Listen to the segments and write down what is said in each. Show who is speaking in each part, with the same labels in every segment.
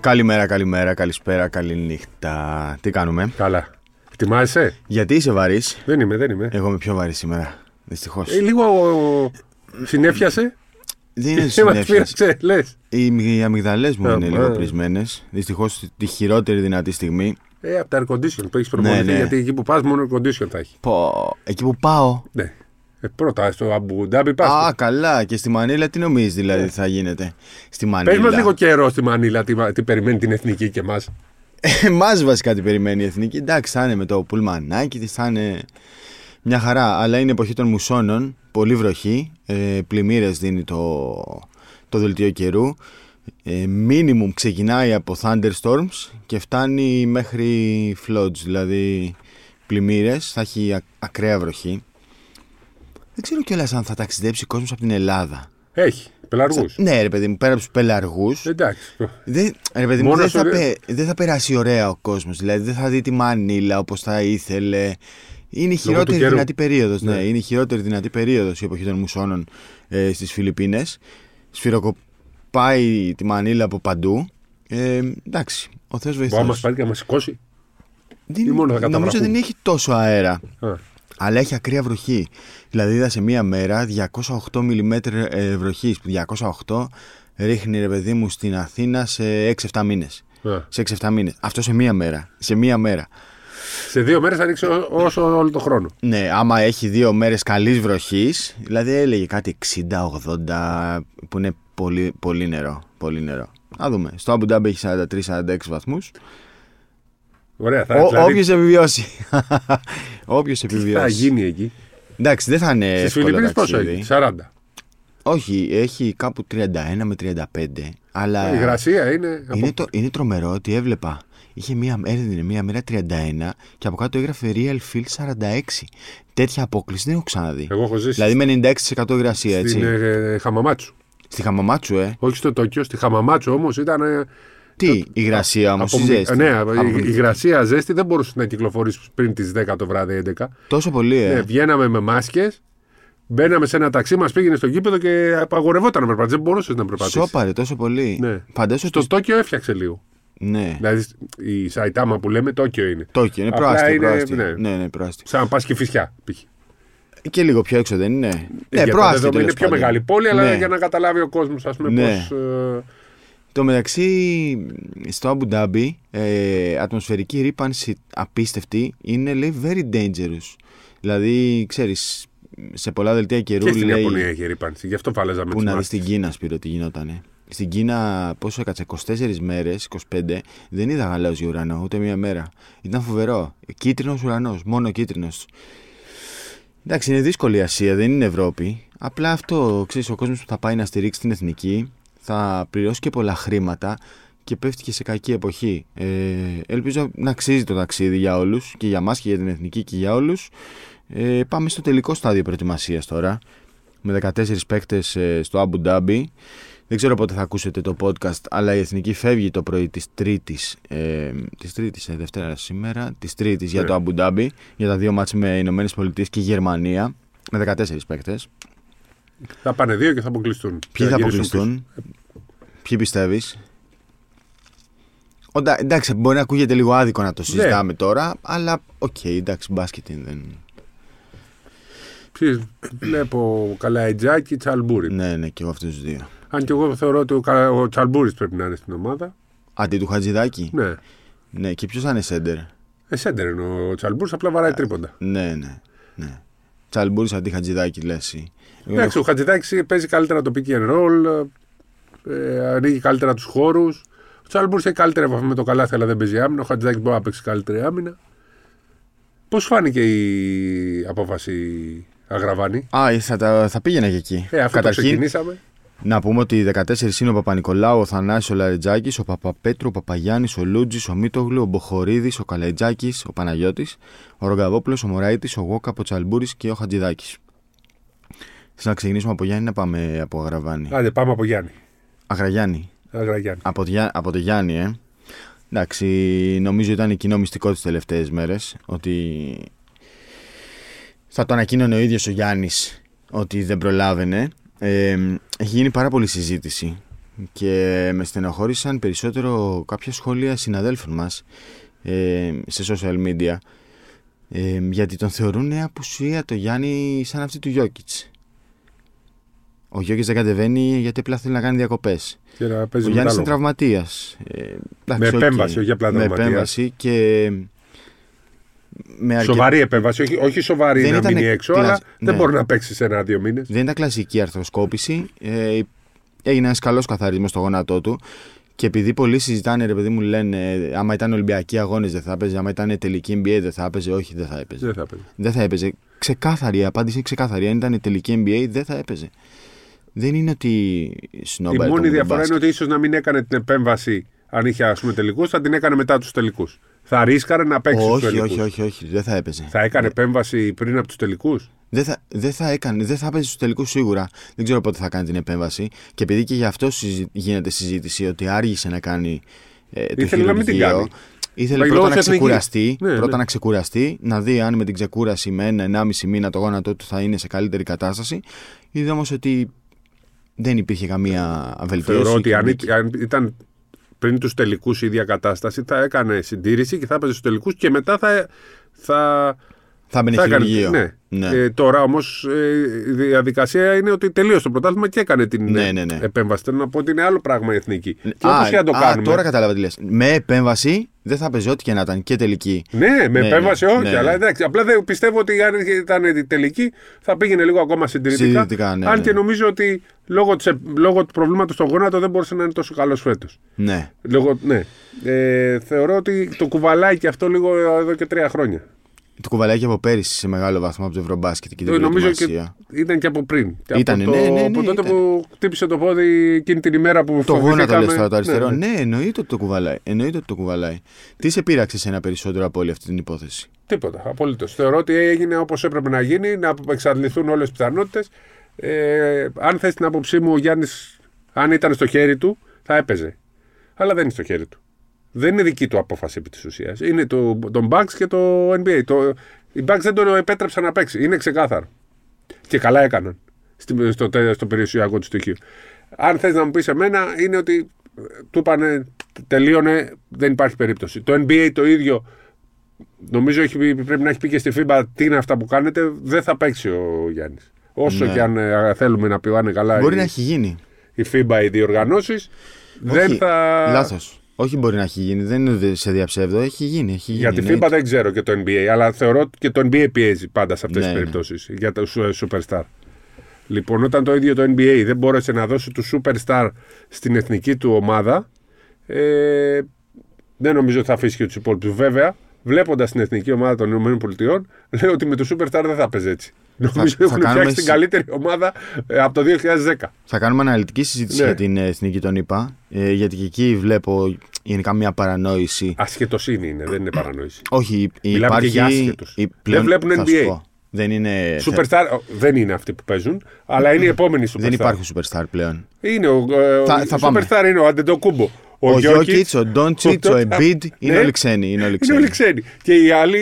Speaker 1: Καλημέρα, καλημέρα, καλησπέρα, καληνύχτα. Τι κάνουμε.
Speaker 2: Καλά. Ετοιμάζεσαι.
Speaker 1: Γιατί είσαι βαρύς,
Speaker 2: Δεν είμαι, δεν είμαι.
Speaker 1: Εγώ είμαι πιο βαρύς σήμερα. Δυστυχώς.
Speaker 2: Ε, λίγο ο,
Speaker 1: Ε,
Speaker 2: συνέφιασε. Ε,
Speaker 1: Δεν είναι
Speaker 2: και μα
Speaker 1: συνέχεια.
Speaker 2: πήραξε, λες.
Speaker 1: Οι, οι αμυγδαλές μου
Speaker 2: Ε,
Speaker 1: είναι λίγο
Speaker 2: ε.
Speaker 1: πρισμένε. Δυστυχώς τη χειρότερη δυνατή στιγμή.
Speaker 2: Ε, από τα air condition που έχεις προμονηθεί.
Speaker 1: Ναι, ναι.
Speaker 2: Γιατί εκεί που πας μόνο air condition θα έχει.
Speaker 1: Πω, εκεί που πάω.
Speaker 2: Ναι. Ε, πρώτα στο Αμπουντάμπι πας.
Speaker 1: Α, καλά. Και στη Μανίλα τι νομίζεις δηλαδή θα γίνεται. Στη
Speaker 2: Πες μα Ε. λίγο
Speaker 1: Μανίλα.
Speaker 2: καιρό στη Μανίλα, τι, μα- τι περιμένει την εθνική και εμάς.
Speaker 1: Εμά Ε, βασικά τι περιμένει η εθνική. Εντάξει, θα είναι με το πουλμανάκι τη, θα είναι μια χαρά. Αλλά είναι εποχή των μουσώνων. Πολύ βροχή. Ε, Πλημμύρες δίνει το, το δελτίο καιρού. Ε, minimum ξεκινάει από thunderstorms και φτάνει μέχρι floods, δηλαδή πλημμύρες. Θα έχει α- ακραία βροχή. Δεν ξέρω κιόλας αν θα ταξιδέψει κόσμος από την Ελλάδα.
Speaker 2: Έχει. Πελαργούς.
Speaker 1: Ναι, ρε παιδί μου, πέρα από τους πελαργούς.
Speaker 2: Ε,
Speaker 1: Ε,
Speaker 2: Εντάξει.
Speaker 1: Δεν, ρε παιδί μου,
Speaker 2: Μόνος
Speaker 1: δεν
Speaker 2: στο
Speaker 1: θα,
Speaker 2: ρε-
Speaker 1: πε- δεν θα περάσει ωραία ο κόσμος. Δηλαδή δεν θα δει τη Μανίλα όπως θα ήθελε. Είναι η
Speaker 2: του
Speaker 1: χειρότερη
Speaker 2: καιρού.
Speaker 1: δυνατή περίοδος. Ναι.
Speaker 2: Ναι.
Speaker 1: είναι η χειρότερη δυνατή περίοδος η εποχή των μουσώνων ε, στις Φιλιππίνες. Σφυροκοπάει τη Μανίλα από παντού. Ε, εντάξει, ο Θεός
Speaker 2: Μπορεί
Speaker 1: βοηθάει.
Speaker 2: να μας πάρει και να μας σηκώσει. ή μόνο θα
Speaker 1: Νομίζω
Speaker 2: καταβραχούμε.
Speaker 1: δεν έχει τόσο αέρα.
Speaker 2: Α,
Speaker 1: Αλλά έχει ακραία βροχή. Δηλαδή είδα σε μία μέρα 208 mm βροχή. Που 208 ρίχνει ρε παιδί μου στην Αθήνα σε 6-7 μήνε.
Speaker 2: α.
Speaker 1: Σε 6-7 μήνες. Αυτό σε μία μέρα. Σε μία μέρα.
Speaker 2: Σε δύο μέρες θα ανοίξει ό- όσο όλο το χρόνο.
Speaker 1: Ναι, άμα έχει δύο μέρες καλής βροχής, δηλαδή έλεγε κάτι 60-80 που είναι πολύ, πολύ νερό. Πολύ νερό. Να δούμε. Στο Abu Dhabi έχει 43-46 βαθμούς.
Speaker 2: Ωραία, θα, δηλαδή,
Speaker 1: Όποιος επιβιώσει. Όποιος
Speaker 2: θα
Speaker 1: επιβιώσει.
Speaker 2: γίνει εκεί.
Speaker 1: Εντάξει, δεν θα είναι.
Speaker 2: Στις
Speaker 1: εύκολο
Speaker 2: Φιλιππίνες πόσο
Speaker 1: ταξίδι.
Speaker 2: έχει, 40.
Speaker 1: Όχι, έχει κάπου 31 με 35. Αλλά
Speaker 2: Η γρασία είναι. από-
Speaker 1: είναι, το, είναι τρομερό ότι έβλεπα. Είχε μία, έδινε μία μέρα 31 και από κάτω έγραφε Real Field 46. Τέτοια απόκληση δεν έχω ξαναδεί.
Speaker 2: Εγώ έχω ζήσει
Speaker 1: Δηλαδή με 96% υγρασία, έτσι.
Speaker 2: στην ε, ε, Χαμαμάτσου.
Speaker 1: Στη Χαμαμάτσου, ε.
Speaker 2: Όχι στο Τόκιο, στη Χαμαμάτσου όμως ήταν. ε,
Speaker 1: Τι υγρασία όμως,
Speaker 2: από-
Speaker 1: η ζέστη.
Speaker 2: Ναι,
Speaker 1: Από-
Speaker 2: η- η υγρασία ζέστη δεν μπορούσες να κυκλοφορήσεις πριν τις 10 το βράδυ, 11.
Speaker 1: Τόσο πολύ, ε.
Speaker 2: Ναι, βγαίναμε με μάσκες, μπαίναμε σε ένα ταξί, μας πήγαινε στο γήπεδο και απαγορευόταν να περπατήσεις. Δεν μπορούσες να περπατήσεις.
Speaker 1: Σόπαρε τόσο πολύ.
Speaker 2: Ναι.
Speaker 1: Φαντάσου
Speaker 2: Στο
Speaker 1: ότι.
Speaker 2: Τόκιο έφτιαξε λίγο.
Speaker 1: Ναι.
Speaker 2: Δηλαδή η Σαϊτάμα που λέμε, Τόκιο είναι.
Speaker 1: Τόκιο, είναι
Speaker 2: Απλά
Speaker 1: προάστιο.
Speaker 2: είναι-
Speaker 1: προάστιο.
Speaker 2: ναι.
Speaker 1: Ναι, ναι, προάστιο.
Speaker 2: Σαν να πας και φυσιά. π.χ.
Speaker 1: Και λίγο πιο έξω δεν είναι. Ναι,
Speaker 2: Για τα
Speaker 1: προάστιο.
Speaker 2: δεδομένα
Speaker 1: τέλος
Speaker 2: Είναι πιο
Speaker 1: πάντων.
Speaker 2: μεγάλη πόλη, αλλά
Speaker 1: Ναι.
Speaker 2: για να καταλάβει ο κόσμος, ας πούμε,
Speaker 1: Ναι.
Speaker 2: πώς. Ε,
Speaker 1: Το μεταξύ, στο Abu Dhabi, ε, ατμοσφαιρική ρήπανση απίστευτη είναι λέει very dangerous. Δηλαδή, ξέρεις, σε πολλά δελτία καιρού
Speaker 2: και στην
Speaker 1: λέει
Speaker 2: Ιαπωνία έχει ρήπανση. Γι' αυτό φάλεζαμε
Speaker 1: που
Speaker 2: τις
Speaker 1: να δεις
Speaker 2: μάσκες.
Speaker 1: στην Κίνα, Σπύρο, τι γινότανε. Στην Κίνα, πόσο έκατσε, 24 μέρες, 25, δεν είδα γαλάζιο ουρανό, ούτε μία μέρα. Ήταν φοβερό. Κίτρινος ουρανός, μόνο κίτρινος. Εντάξει, είναι δύσκολη η Ασία, δεν είναι Ευρώπη. Απλά αυτό, ξέρεις, ο κόσμος που θα πάει να στηρίξει την εθνική θα πληρώσει και πολλά χρήματα και πέφτει και σε κακή εποχή. Ε, ελπίζω να αξίζει το ταξίδι για όλους και για μας και για την εθνική και για όλους. Ε, πάμε στο τελικό στάδιο προετοιμασίας τώρα με 14 παίκτες ε, στο Abu Dhabi. Δεν ξέρω πότε θα ακούσετε το podcast, αλλά η Εθνική φεύγει το πρωί της Τρίτης, ε, της Τρίτης, ε, Δευτέρα σήμερα, της Τρίτης για
Speaker 2: Ναι.
Speaker 1: το Abu Dhabi, για τα δύο μάτς με Ηνωμένες Πολιτείες και Γερμανία, με 14 παίκτες.
Speaker 2: Θα πάνε δύο και θα αποκλειστούν. Και
Speaker 1: Ποιοι θα
Speaker 2: γυρίσουν
Speaker 1: αποκλειστούν, ποιοι πιστεύεις. Οντα- εντάξει, μπορεί να ακούγεται λίγο άδικο να το
Speaker 2: Ναι.
Speaker 1: συζητάμε τώρα, αλλά οκ, εντάξει, μπάσκετ είναι, δεν...
Speaker 2: πίσω. Ποιοι βλέπω Καλαϊτζάκη, Τσαλμπούρη.
Speaker 1: Ναι, ναι, και εγώ αυτούς τους δύο.
Speaker 2: Αν και εγώ θεωρώ ότι ο, Κα- ο Τσαλμπούρης πρέπει να είναι στην ομάδα.
Speaker 1: Αντί του Χατζηδάκη.
Speaker 2: Ναι.
Speaker 1: Ναι, και ποιος θα είναι σέντερ.
Speaker 2: Εσέντερ είναι ο Τσαλμπούρης, απλά βαράει τρίποντα.
Speaker 1: Ναι, ναι. ναι. Τσαλμπούρης αντί Χατζηδάκη, λες. ε,
Speaker 2: Εντάξει, ο Χατζηδάκης παίζει καλύτερα το pick and roll, ε, ανοίγει καλύτερα τους χώρους. Ο Τσαλμπούρη έχει καλύτερη επαφή με το καλάθι, αλλά δεν παίζει άμυνα. Ο Χατζηδάκης μπορεί να παίξει καλύτερη άμυνα. Πώς φάνηκε η απόφαση Αγραβάνη.
Speaker 1: Α, θα, τα, θα πήγαινα και εκεί.
Speaker 2: Ε, αφού το ξεκινήσαμε.
Speaker 1: να πούμε ότι 14 είναι ο Παπα-Νικολάου, ο Θανάσης, ο Λαριτζάκης, ο Παπαπέτρου, ο Παπαγιάννης, ο Λούτζης, ο Μίτογλου, ο Μποχορίδης, ο Καλαϊτζάκης, ο Παναγιώτης, ο Ρογκαβόπουλος, ο Μωράητης, ο Γόκα, ο Τσαλμπούρης και ο Χατζηδάκης. Θες να ξεκινήσουμε από Γιάννη να πάμε από Αγραβάνη.
Speaker 2: Άντε, πάμε από Γιάννη.
Speaker 1: Αγραγιάννη.
Speaker 2: Αγραγιάννη.
Speaker 1: Από, τη Γιά- από το Γιάννη, ε. Εντάξει, νομίζω ήταν κοινό μυστικό τις τελευταίες μέρες ότι θα το ανακοίνωνε ο ίδιος ο Γιάννης ότι δεν προλάβαινε. Ε, έχει γίνει πάρα πολλή συζήτηση και με στενοχώρησαν περισσότερο κάποια σχόλια συναδέλφων μας ε, σε social media ε, γιατί τον θεωρούν απουσία το Γιάννη σαν αυτή του Γιώκητς. Ο Γιώκητς δεν κατεβαίνει γιατί απλά θέλει να κάνει διακοπές.
Speaker 2: Και να
Speaker 1: Ο
Speaker 2: παίζει
Speaker 1: Γιάννης είναι
Speaker 2: μετάλλο.
Speaker 1: τραυματίας. Ε, εντάξει,
Speaker 2: Με
Speaker 1: οκ.
Speaker 2: επέμβαση, όχι απλά
Speaker 1: Με
Speaker 2: τραυματίας.
Speaker 1: επέμβαση και... Με αρκετ-
Speaker 2: Σοβαρή επέμβαση, όχι, όχι σοβαρή
Speaker 1: Δεν
Speaker 2: να
Speaker 1: ήταν
Speaker 2: μείνει έξω,
Speaker 1: κλασ-
Speaker 2: αλλά
Speaker 1: ναι.
Speaker 2: δεν μπορεί να παίξει σε ένα-δύο μήνες.
Speaker 1: Δεν ήταν κλασική αρθροσκόπηση. Ε, έγινε ένας καλός καθαρισμός στο γόνατό του. Και επειδή πολλοί συζητάνε, ρε παιδί μου, λένε ε, άμα ήταν Ολυμπιακοί αγώνες δεν θα έπαιζε, άμα ήταν τελική NBA δεν θα έπαιζε. Όχι, δεν θα έπαιζε.
Speaker 2: Δεν θα παίζει.
Speaker 1: Δεν θα έπαιζε. Ξεκάθαρη η απάντηση είναι ξεκάθαρη. Αν ήταν τελική NBA δεν θα έπαιζε. Δεν είναι ότι
Speaker 2: Η
Speaker 1: σνόμπαρε το
Speaker 2: μόνη
Speaker 1: Google
Speaker 2: διαφορά είναι
Speaker 1: Basket.
Speaker 2: ότι ίσως να μην έκανε την επέμβαση αν είχε ας πούμε τελικούς, θα την έκανε μετά τους τελικούς. Θα ρίσκαρε να παίξει τους
Speaker 1: Όχι,
Speaker 2: τελικού.
Speaker 1: όχι, Ναι. όχι, όχι, δεν θα έπαιζε.
Speaker 2: Θα έκανε επέμβαση πριν από τους τελικούς.
Speaker 1: Δεν θα, δεν θα έκανε, δεν θα έπαιζε στους τελικούς σίγουρα. Δεν ξέρω πότε θα κάνει την επέμβαση. Και επειδή και γι' αυτό συζη- γίνεται συζήτηση ότι άργησε να κάνει ε, το
Speaker 2: Ήθελε να μην την
Speaker 1: χειρουργείο,
Speaker 2: κάνει.
Speaker 1: Ήθελε
Speaker 2: Μα
Speaker 1: πρώτα
Speaker 2: λόγω
Speaker 1: να,
Speaker 2: της
Speaker 1: ξεκουραστεί,
Speaker 2: εθνικής. Ναι,
Speaker 1: πρώτα
Speaker 2: ναι.
Speaker 1: να ξεκουραστεί, να δει αν με την ξεκούραση με ένα 1,5 μήνα το γόνατό του θα είναι σε καλύτερη κατάσταση. Είδε όμως ότι δεν υπήρχε καμία βελτίωση.
Speaker 2: Θεωρώ ότι
Speaker 1: και
Speaker 2: αν,
Speaker 1: μπήκε.
Speaker 2: αν ήταν πριν τους τελικούς η ίδια κατάσταση, θα έκανε συντήρηση και θα έπαιζε στους τελικούς και μετά θα, θα,
Speaker 1: θα μπαινε
Speaker 2: θα
Speaker 1: χειρουργείο.
Speaker 2: Ναι.
Speaker 1: Ναι.
Speaker 2: Ε, τώρα όμως η διαδικασία είναι ότι τελείωσε το πρωτάθλημα και έκανε την
Speaker 1: Ναι,
Speaker 2: ε,
Speaker 1: ναι, ναι.
Speaker 2: επέμβαση. Θέλω να πω ότι είναι άλλο πράγμα η εθνική. Και
Speaker 1: Α,
Speaker 2: όπως και να το
Speaker 1: α,
Speaker 2: κάνουμε.
Speaker 1: τώρα κατάλαβα τι λες. Με επέμβαση δεν θα παίζει ό,τι και να ήταν και τελική.
Speaker 2: Ναι, με
Speaker 1: Ναι,
Speaker 2: επέμβαση
Speaker 1: ναι,
Speaker 2: όχι,
Speaker 1: ναι, ναι.
Speaker 2: αλλά εντάξει. Απλά δεν πιστεύω ότι αν ήταν η τελική θα πήγαινε λίγο ακόμα συντηρητικά.
Speaker 1: Συντηρητικά, ναι,
Speaker 2: αν
Speaker 1: ναι.
Speaker 2: και νομίζω ότι λόγω, της, ε- λόγω του προβλήματος στον γόνατο δεν μπορούσε να είναι τόσο καλός φέτος.
Speaker 1: Ναι.
Speaker 2: Λόγω, ναι. Ε, θεωρώ ότι το κουβαλάει και αυτό λίγο εδώ και τρία χρόνια.
Speaker 1: Του κουβαλάει και από πέρυσι σε μεγάλο βαθμό από το Ευρωμπάσκετ και την
Speaker 2: Ε, νομίζω και
Speaker 1: προετοιμασία.
Speaker 2: ήταν και από πριν. Και
Speaker 1: Ήτανε,
Speaker 2: από το,
Speaker 1: ναι, ναι, ναι,
Speaker 2: από τότε
Speaker 1: ήταν.
Speaker 2: που χτύπησε το πόδι εκείνη την ημέρα που
Speaker 1: Το γόνατο
Speaker 2: φοβηθήκαμε.
Speaker 1: λες τώρα το αριστερό.
Speaker 2: Ναι,
Speaker 1: Ναι,
Speaker 2: ναι.
Speaker 1: εννοείται ότι το κουβαλάει. Εννοείται ότι το κουβαλάει. Τι σε πείραξε σε ένα περισσότερο από όλη αυτή την υπόθεση.
Speaker 2: Τίποτα. Απολύτως. Θεωρώ ότι έγινε όπως έπρεπε να γίνει, να εξαντληθούν όλες τις πιθανότητες. Ε, αν θες την άποψή μου, ο Γιάννης, αν ήταν στο χέρι του, θα έπαιζε. Αλλά δεν είναι στο χέρι του. Δεν είναι δική του απόφαση επί της ουσίας. Είναι το, τον Bucks και το NBA. Το, οι Bucks δεν τον επέτρεψαν να παίξει. Είναι ξεκάθαρο. Και καλά έκαναν στη- στο, τε- στο περιουσιακό του στοιχείο. Αν θες να μου πεις εμένα, είναι ότι ε, του είπανε τελείωνε, δεν υπάρχει περίπτωση. Το NBA το ίδιο Νομίζω έχει, πει- πρέπει να έχει πει και στη FIBA τι είναι αυτά που κάνετε. Δεν θα παίξει ο Γιάννης. Όσο
Speaker 1: Ναι.
Speaker 2: και αν ε, θέλουμε να πηγάνε καλά
Speaker 1: Μπορεί
Speaker 2: η,
Speaker 1: να έχει γίνει.
Speaker 2: η FIBA, οι διοργανώσεις, δεν θα.
Speaker 1: Λάθος. Όχι μπορεί να έχει γίνει. Δεν είναι δε- σε διαψεύδω. Έχει γίνει. Έχει γίνει.
Speaker 2: Για τη
Speaker 1: εννοείται.
Speaker 2: FIBA δεν ξέρω και το NBA, αλλά θεωρώ ότι και το NBA πιέζει πάντα σε αυτές
Speaker 1: Ναι,
Speaker 2: τις
Speaker 1: ναι.
Speaker 2: περιπτώσεις για τα σου- ε, superstar. Λοιπόν, όταν το ίδιο το NBA δεν μπόρεσε να δώσει του superstar στην εθνική του ομάδα, ε, δεν νομίζω ότι θα αφήσει και τους υπόλοιπους. Βέβαια, βλέποντας την εθνική ομάδα των ΗΠΑ, λέω ότι με του superstar δεν θα παίζει έτσι. νομίζω
Speaker 1: θα
Speaker 2: έχουν
Speaker 1: κάνουμε
Speaker 2: φτιάξει την
Speaker 1: συ-
Speaker 2: καλύτερη ομάδα ε, από το 2010.
Speaker 1: Θα κάνουμε αναλυτική συζήτηση
Speaker 2: Ναι.
Speaker 1: για την ε, εθνική των ΗΠΑ. Ε, γιατί και εκεί βλέπω γενικά μια παρανόηση.
Speaker 2: Ασχετοσύνη είναι, δεν είναι παρανόηση.
Speaker 1: Όχι, υ-
Speaker 2: Μιλάμε
Speaker 1: υπάρχει.
Speaker 2: και για άσχετους.
Speaker 1: η-
Speaker 2: Δεν βλέπουν
Speaker 1: θα σου
Speaker 2: NBA.
Speaker 1: πω. Δεν είναι.
Speaker 2: Superstar ο, δεν είναι αυτοί που παίζουν, αλλά είναι οι επόμενοι superstar.
Speaker 1: Δεν υπάρχουν superstar πλέον.
Speaker 2: Είναι ο, ε,
Speaker 1: Θα-
Speaker 2: ο
Speaker 1: θα πάμε.
Speaker 2: superstar είναι ο Αντεντοκούμπο. Ο,
Speaker 1: Ο
Speaker 2: Γιώκητς,
Speaker 1: Γιώκητ, ο Ντόντσιτ, ο Εμπίτ είναι
Speaker 2: Ναι.
Speaker 1: όλοι ξένοι. Είναι όλοι
Speaker 2: Είναι όλοι
Speaker 1: ξένοι.
Speaker 2: ξένοι. Και οι άλλοι,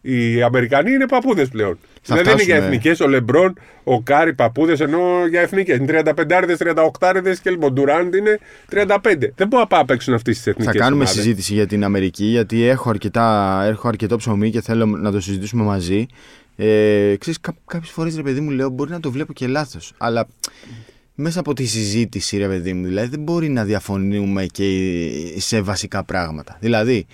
Speaker 2: οι, οι Αμερικανοί είναι παππούδες πλέον.
Speaker 1: Θα
Speaker 2: δηλαδή είναι για
Speaker 1: φτάσουμε.
Speaker 2: εθνικές. Ο Λεμπρόν, ο Κάρι παππούδες, ενώ για εθνικές. Είναι 35άριδε, 38άριδε και λοιπόν Ντουράντ είναι 35. Δεν μπορούν να πάνε να παίξουν αυτέ τι εθνικέ.
Speaker 1: Θα κάνουμε συζήτηση για την Αμερική, γιατί έχω, αρκετά, έχω αρκετό ψωμί και θέλω να το συζητήσουμε μαζί. Ε, ξέρεις, κά, κάποιες φορές ρε παιδί μου λέω μπορεί να το βλέπω και λάθος αλλά μέσα από τη συζήτηση ρε παιδί μου δηλαδή δεν μπορεί να διαφωνούμε και σε βασικά πράγματα δηλαδή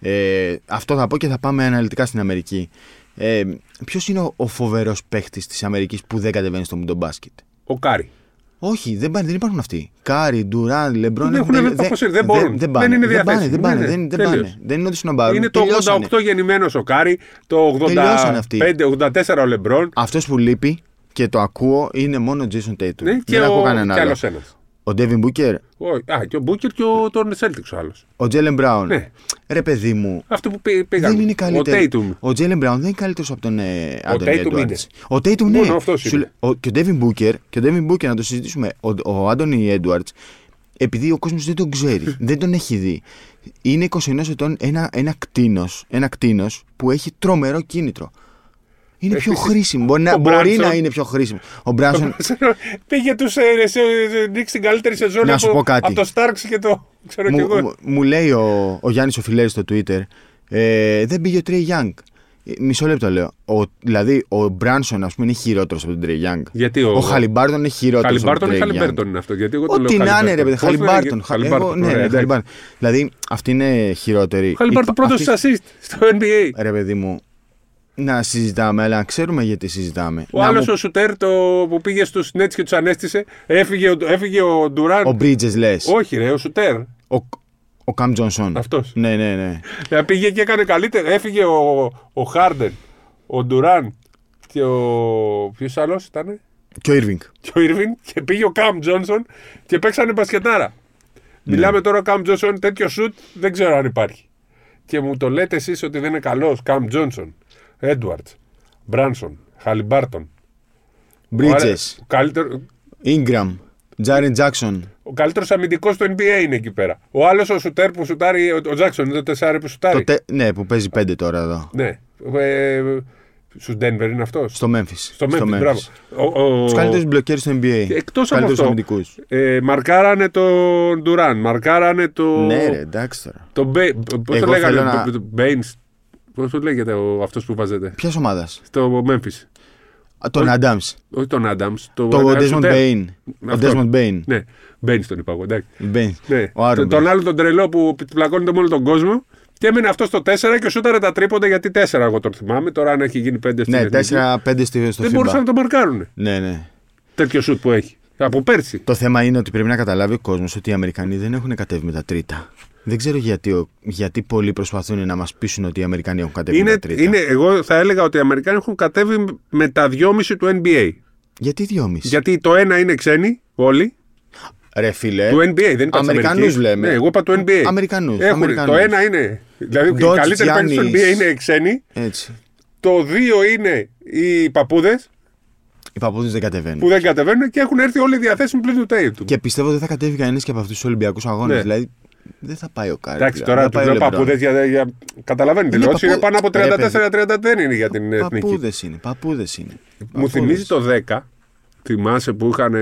Speaker 1: ε, αυτό θα πω και θα πάμε αναλυτικά στην Αμερική ε, ποιος είναι ο, ο φοβερός παίχτης της Αμερικής που δεν κατεβαίνει στο μουντομπάσκετ
Speaker 2: Ο Κάρι.
Speaker 1: όχι, δεν, πάνε, δεν υπάρχουν αυτοί. Κάρι, Ντουράν, Λεμπρόν.
Speaker 2: Δεν
Speaker 1: έχουν-
Speaker 2: έχουν αποσύρει, δεν μπορούν.
Speaker 1: Δεν, πάνε,
Speaker 2: Δεν είναι
Speaker 1: δεν πάνε,
Speaker 2: διαθέσιμοι.
Speaker 1: δεν πάνε,
Speaker 2: Ναι, ναι,
Speaker 1: δεν, δεν
Speaker 2: τελείωσε.
Speaker 1: πάνε. Δεν είναι ότι συναμπάρουν.
Speaker 2: είναι το
Speaker 1: Τελειώσανε.
Speaker 2: 88 γεννημένος ο Κάρι, το
Speaker 1: Τελειώσανε αυτοί.
Speaker 2: 85-84 ο Λεμπρόν.
Speaker 1: Αυτός που λείπει και το ακούω είναι μόνο ο Jason Tatum.
Speaker 2: Ναι, και
Speaker 1: δεν ακούω
Speaker 2: ο
Speaker 1: κανέναν άλλο.
Speaker 2: άλλος ένας.
Speaker 1: Ο Devin Booker,
Speaker 2: Ο- Α, και ο Μπούκερ και ο τον Celtics ο άλλος.
Speaker 1: ο Jalen Brown.
Speaker 2: Ναι.
Speaker 1: Ρε παιδί μου,
Speaker 2: Αυτό που πή- πήγαν.
Speaker 1: δεν είναι καλύτερο.
Speaker 2: Ο Tatum.
Speaker 1: Ο Jalen Brown δεν είναι καλύτερος από τον ε, Anthony
Speaker 2: Tatum
Speaker 1: Edwards.
Speaker 2: είναι.
Speaker 1: Ο Tatum ναι.
Speaker 2: Μόνο αυτός
Speaker 1: Σου
Speaker 2: είναι.
Speaker 1: λέ- Ο, και ο Devin Booker, και ο Devin Booker να το συζητήσουμε. Ο, ο Anthony Edwards, επειδή ο κόσμος δεν τον ξέρει, δεν τον έχει δει. Είναι 21 ετών ένα, ένα κτίνος ένα κτίνος που έχει τρομερό κίνητρο. Είναι πιο χρήσιμο. Μπορεί, να,
Speaker 2: Ο
Speaker 1: μπορεί
Speaker 2: Μπράνσον-
Speaker 1: να είναι πιο χρήσιμο. Ο Μπράνσον.
Speaker 2: Πήγε ε, του Νίξ την καλύτερη σεζόν
Speaker 1: Να
Speaker 2: από,
Speaker 1: σου πω κάτι.
Speaker 2: από το Στάρξ και το. ξέρω κι
Speaker 1: μου,
Speaker 2: εγώ.
Speaker 1: μου, μου λέει ο, ο Γιάννης ο Φιλέρης στο Twitter, ε, δεν πήγε ο Τρέι Young. Ε, Μισό λεπτό λέω. Ο, δηλαδή, ο Μπράνσον, ας πούμε, είναι χειρότερος από τον Τρέι Young.
Speaker 2: Γιατί ο,
Speaker 1: Ο Χαλιμπάρτον είναι χειρότερος.
Speaker 2: Χαλιμπάρτον ή Χαλιμπέρτον είναι αυτό. Γιατί εγώ το λέω.
Speaker 1: Ό,τι να είναι, ρε παιδί.
Speaker 2: Χαλιμπέρτον. Πώς λέγεται,
Speaker 1: Χαλιμπάρτον. χα- εγώ- Ναι,
Speaker 2: ωραία,
Speaker 1: ρε,
Speaker 2: εντάξει.
Speaker 1: Χαλιμπάρτον. Δηλαδή, αυτή είναι χειρότερη.
Speaker 2: Χαλιμπάρτον
Speaker 1: Υπά-
Speaker 2: πρώτο
Speaker 1: αυτή-
Speaker 2: assist στο NBA.
Speaker 1: Ρε παιδί μου, να συζητάμε, αλλά να ξέρουμε γιατί συζητάμε.
Speaker 2: Ο
Speaker 1: Να
Speaker 2: άλλος
Speaker 1: μου-
Speaker 2: ο Σουτέρ το, που πήγε στου Nets και τους ανέστησε, έφυγε, ο- έφυγε ο Ντουράν.
Speaker 1: Ο Μπρίτζες λες.
Speaker 2: Όχι, ρε, ο Σουτέρ.
Speaker 1: Ο, ο Καμ Τζονσόν.
Speaker 2: Αυτός.
Speaker 1: Ναι, ναι, ναι.
Speaker 2: Να Ε, πήγε και έκανε καλύτερα. Έφυγε ο, ο Χάρντεν, ο Ντουράν και ο. Ποιος άλλος ήταν,
Speaker 1: Και ο Ήρβινγκ.
Speaker 2: και ο Ήρβιν και πήγε ο Καμ Τζόνσον και παίξανε μπασκετάρα.
Speaker 1: Ναι.
Speaker 2: Μιλάμε τώρα ο Καμ Τζόνσον, τέτοιο σουτ δεν ξέρω αν υπάρχει. Και μου το λέτε εσείς ότι δεν είναι καλός. Καμ Τζόνσον, Έντουαρτ, Μπράνσον, Χαλιμπάρτον.
Speaker 1: Μπρίτζε.
Speaker 2: Ο καλύτερο
Speaker 1: Ingram. Τζάριν Τζάξον.
Speaker 2: ο καλύτερος αμυντικός στο NBA είναι εκεί πέρα. Ο άλλος ο σουτέρ που σουτάρει, ο, ο Τζάξον είναι το τεσάρι που σουτάρει.
Speaker 1: Το τε- Ναι, που παίζει πέντε τώρα εδώ.
Speaker 2: Ναι. Ε, Στου Ντένβερ είναι αυτός.
Speaker 1: Στο Memphis.
Speaker 2: Στο Memphis, μπράβο. Ο- ο-
Speaker 1: Τους καλύτερους μπλοκέρ στο NBA.
Speaker 2: Εκτός από
Speaker 1: Καλύτερους
Speaker 2: αυτό.
Speaker 1: αμυντικούς.
Speaker 2: ε, μαρκάρανε τον Ντουράν, μαρκάρανε τον.
Speaker 1: Ναι, ρε, εντάξει τώρα.
Speaker 2: Το Μπέ... Πώς
Speaker 1: Εγώ
Speaker 2: το λέγανε,
Speaker 1: θέλω να-
Speaker 2: το- το- Baines. Πώς το λέγεται ο, αυτός που βάζεται.
Speaker 1: Ποιας ομάδας.
Speaker 2: Στο Memphis.
Speaker 1: Τον Αντάμ.
Speaker 2: Όχι τον Adams. Το,
Speaker 1: Το
Speaker 2: ένα
Speaker 1: Desmond
Speaker 2: shooter.
Speaker 1: Bain. Ο
Speaker 2: Αυτό.
Speaker 1: Desmond Bain.
Speaker 2: Ναι, Baines τον είπα εγώ, εντάξει.
Speaker 1: Bain.
Speaker 2: Ναι.
Speaker 1: Ο Άρον
Speaker 2: τον, τον άλλο τον τρελό που πλακώνεται με όλο τον κόσμο. Και έμεινε αυτός στο 4 και σούταρε τα τρίποντα γιατί 4 εγώ τον θυμάμαι. Τώρα αν έχει γίνει 5 στην
Speaker 1: Ναι,
Speaker 2: εθνική,
Speaker 1: 4-5 στη- στο
Speaker 2: Δεν μπορούσαν
Speaker 1: FIBA.
Speaker 2: να τον μαρκάρουν.
Speaker 1: Ναι, ναι.
Speaker 2: Τέτοιο σουτ που έχει. Από πέρσι.
Speaker 1: Το θέμα είναι ότι πρέπει να καταλάβει ο κόσμος ότι οι Αμερικανοί δεν έχουν κατέβει με τα τρίτα. Δεν ξέρω γιατί, ο- γιατί πολλοί προσπαθούν να μας πείσουν ότι οι Αμερικανοί έχουν κατέβει με τα
Speaker 2: Είναι,
Speaker 1: τρίτα.
Speaker 2: είναι, εγώ θα έλεγα ότι οι Αμερικάνοι έχουν κατέβει με τα 2,5 του NBA.
Speaker 1: Γιατί δυόμιση.
Speaker 2: Γιατί το ένα είναι ξένοι όλοι
Speaker 1: Ρε φίλε.
Speaker 2: Του NBA, δεν είπα της
Speaker 1: Ε, Αμερικανούς
Speaker 2: Αμερικής.
Speaker 1: λέμε.
Speaker 2: Ναι, εγώ είπα του NBA.
Speaker 1: Αμερικανούς,
Speaker 2: Έχουν,
Speaker 1: Αμερικανούς.
Speaker 2: Το ένα είναι. Δηλαδή, οι
Speaker 1: Doncic,
Speaker 2: καλύτεροι παίκτες του
Speaker 1: Giannis.
Speaker 2: NBA είναι οι ξένοι.
Speaker 1: Έτσι.
Speaker 2: Το δύο είναι οι παππούδες
Speaker 1: Οι παππούδες δεν κατεβαίνουν.
Speaker 2: που δεν κατεβαίνουν και έχουν έρθει όλοι διαθέσιμοι πλήρω του Tatum.
Speaker 1: Και πιστεύω δεν θα κατέβει κανεί και από αυτούς τους Ολυμπιακούς αγώνες.
Speaker 2: Ναι.
Speaker 1: Δηλαδή δεν θα πάει ο Κάρι.
Speaker 2: Εντάξει,
Speaker 1: πλέον,
Speaker 2: τώρα
Speaker 1: θα
Speaker 2: του
Speaker 1: πάει
Speaker 2: λέω
Speaker 1: ο Λεμπρόν.
Speaker 2: παππούδες για. για... Καταλαβαίνετε.
Speaker 1: Είναι
Speaker 2: λέω, Όσοι είναι
Speaker 1: παππού-
Speaker 2: πάνω από
Speaker 1: Ρε,
Speaker 2: 34-30 δεν είναι για την εθνική.
Speaker 1: Παππούδες είναι, παππούδες είναι.
Speaker 2: Μου
Speaker 1: Παππούδες.
Speaker 2: θυμίζει το 10. Θυμάσαι που είχαν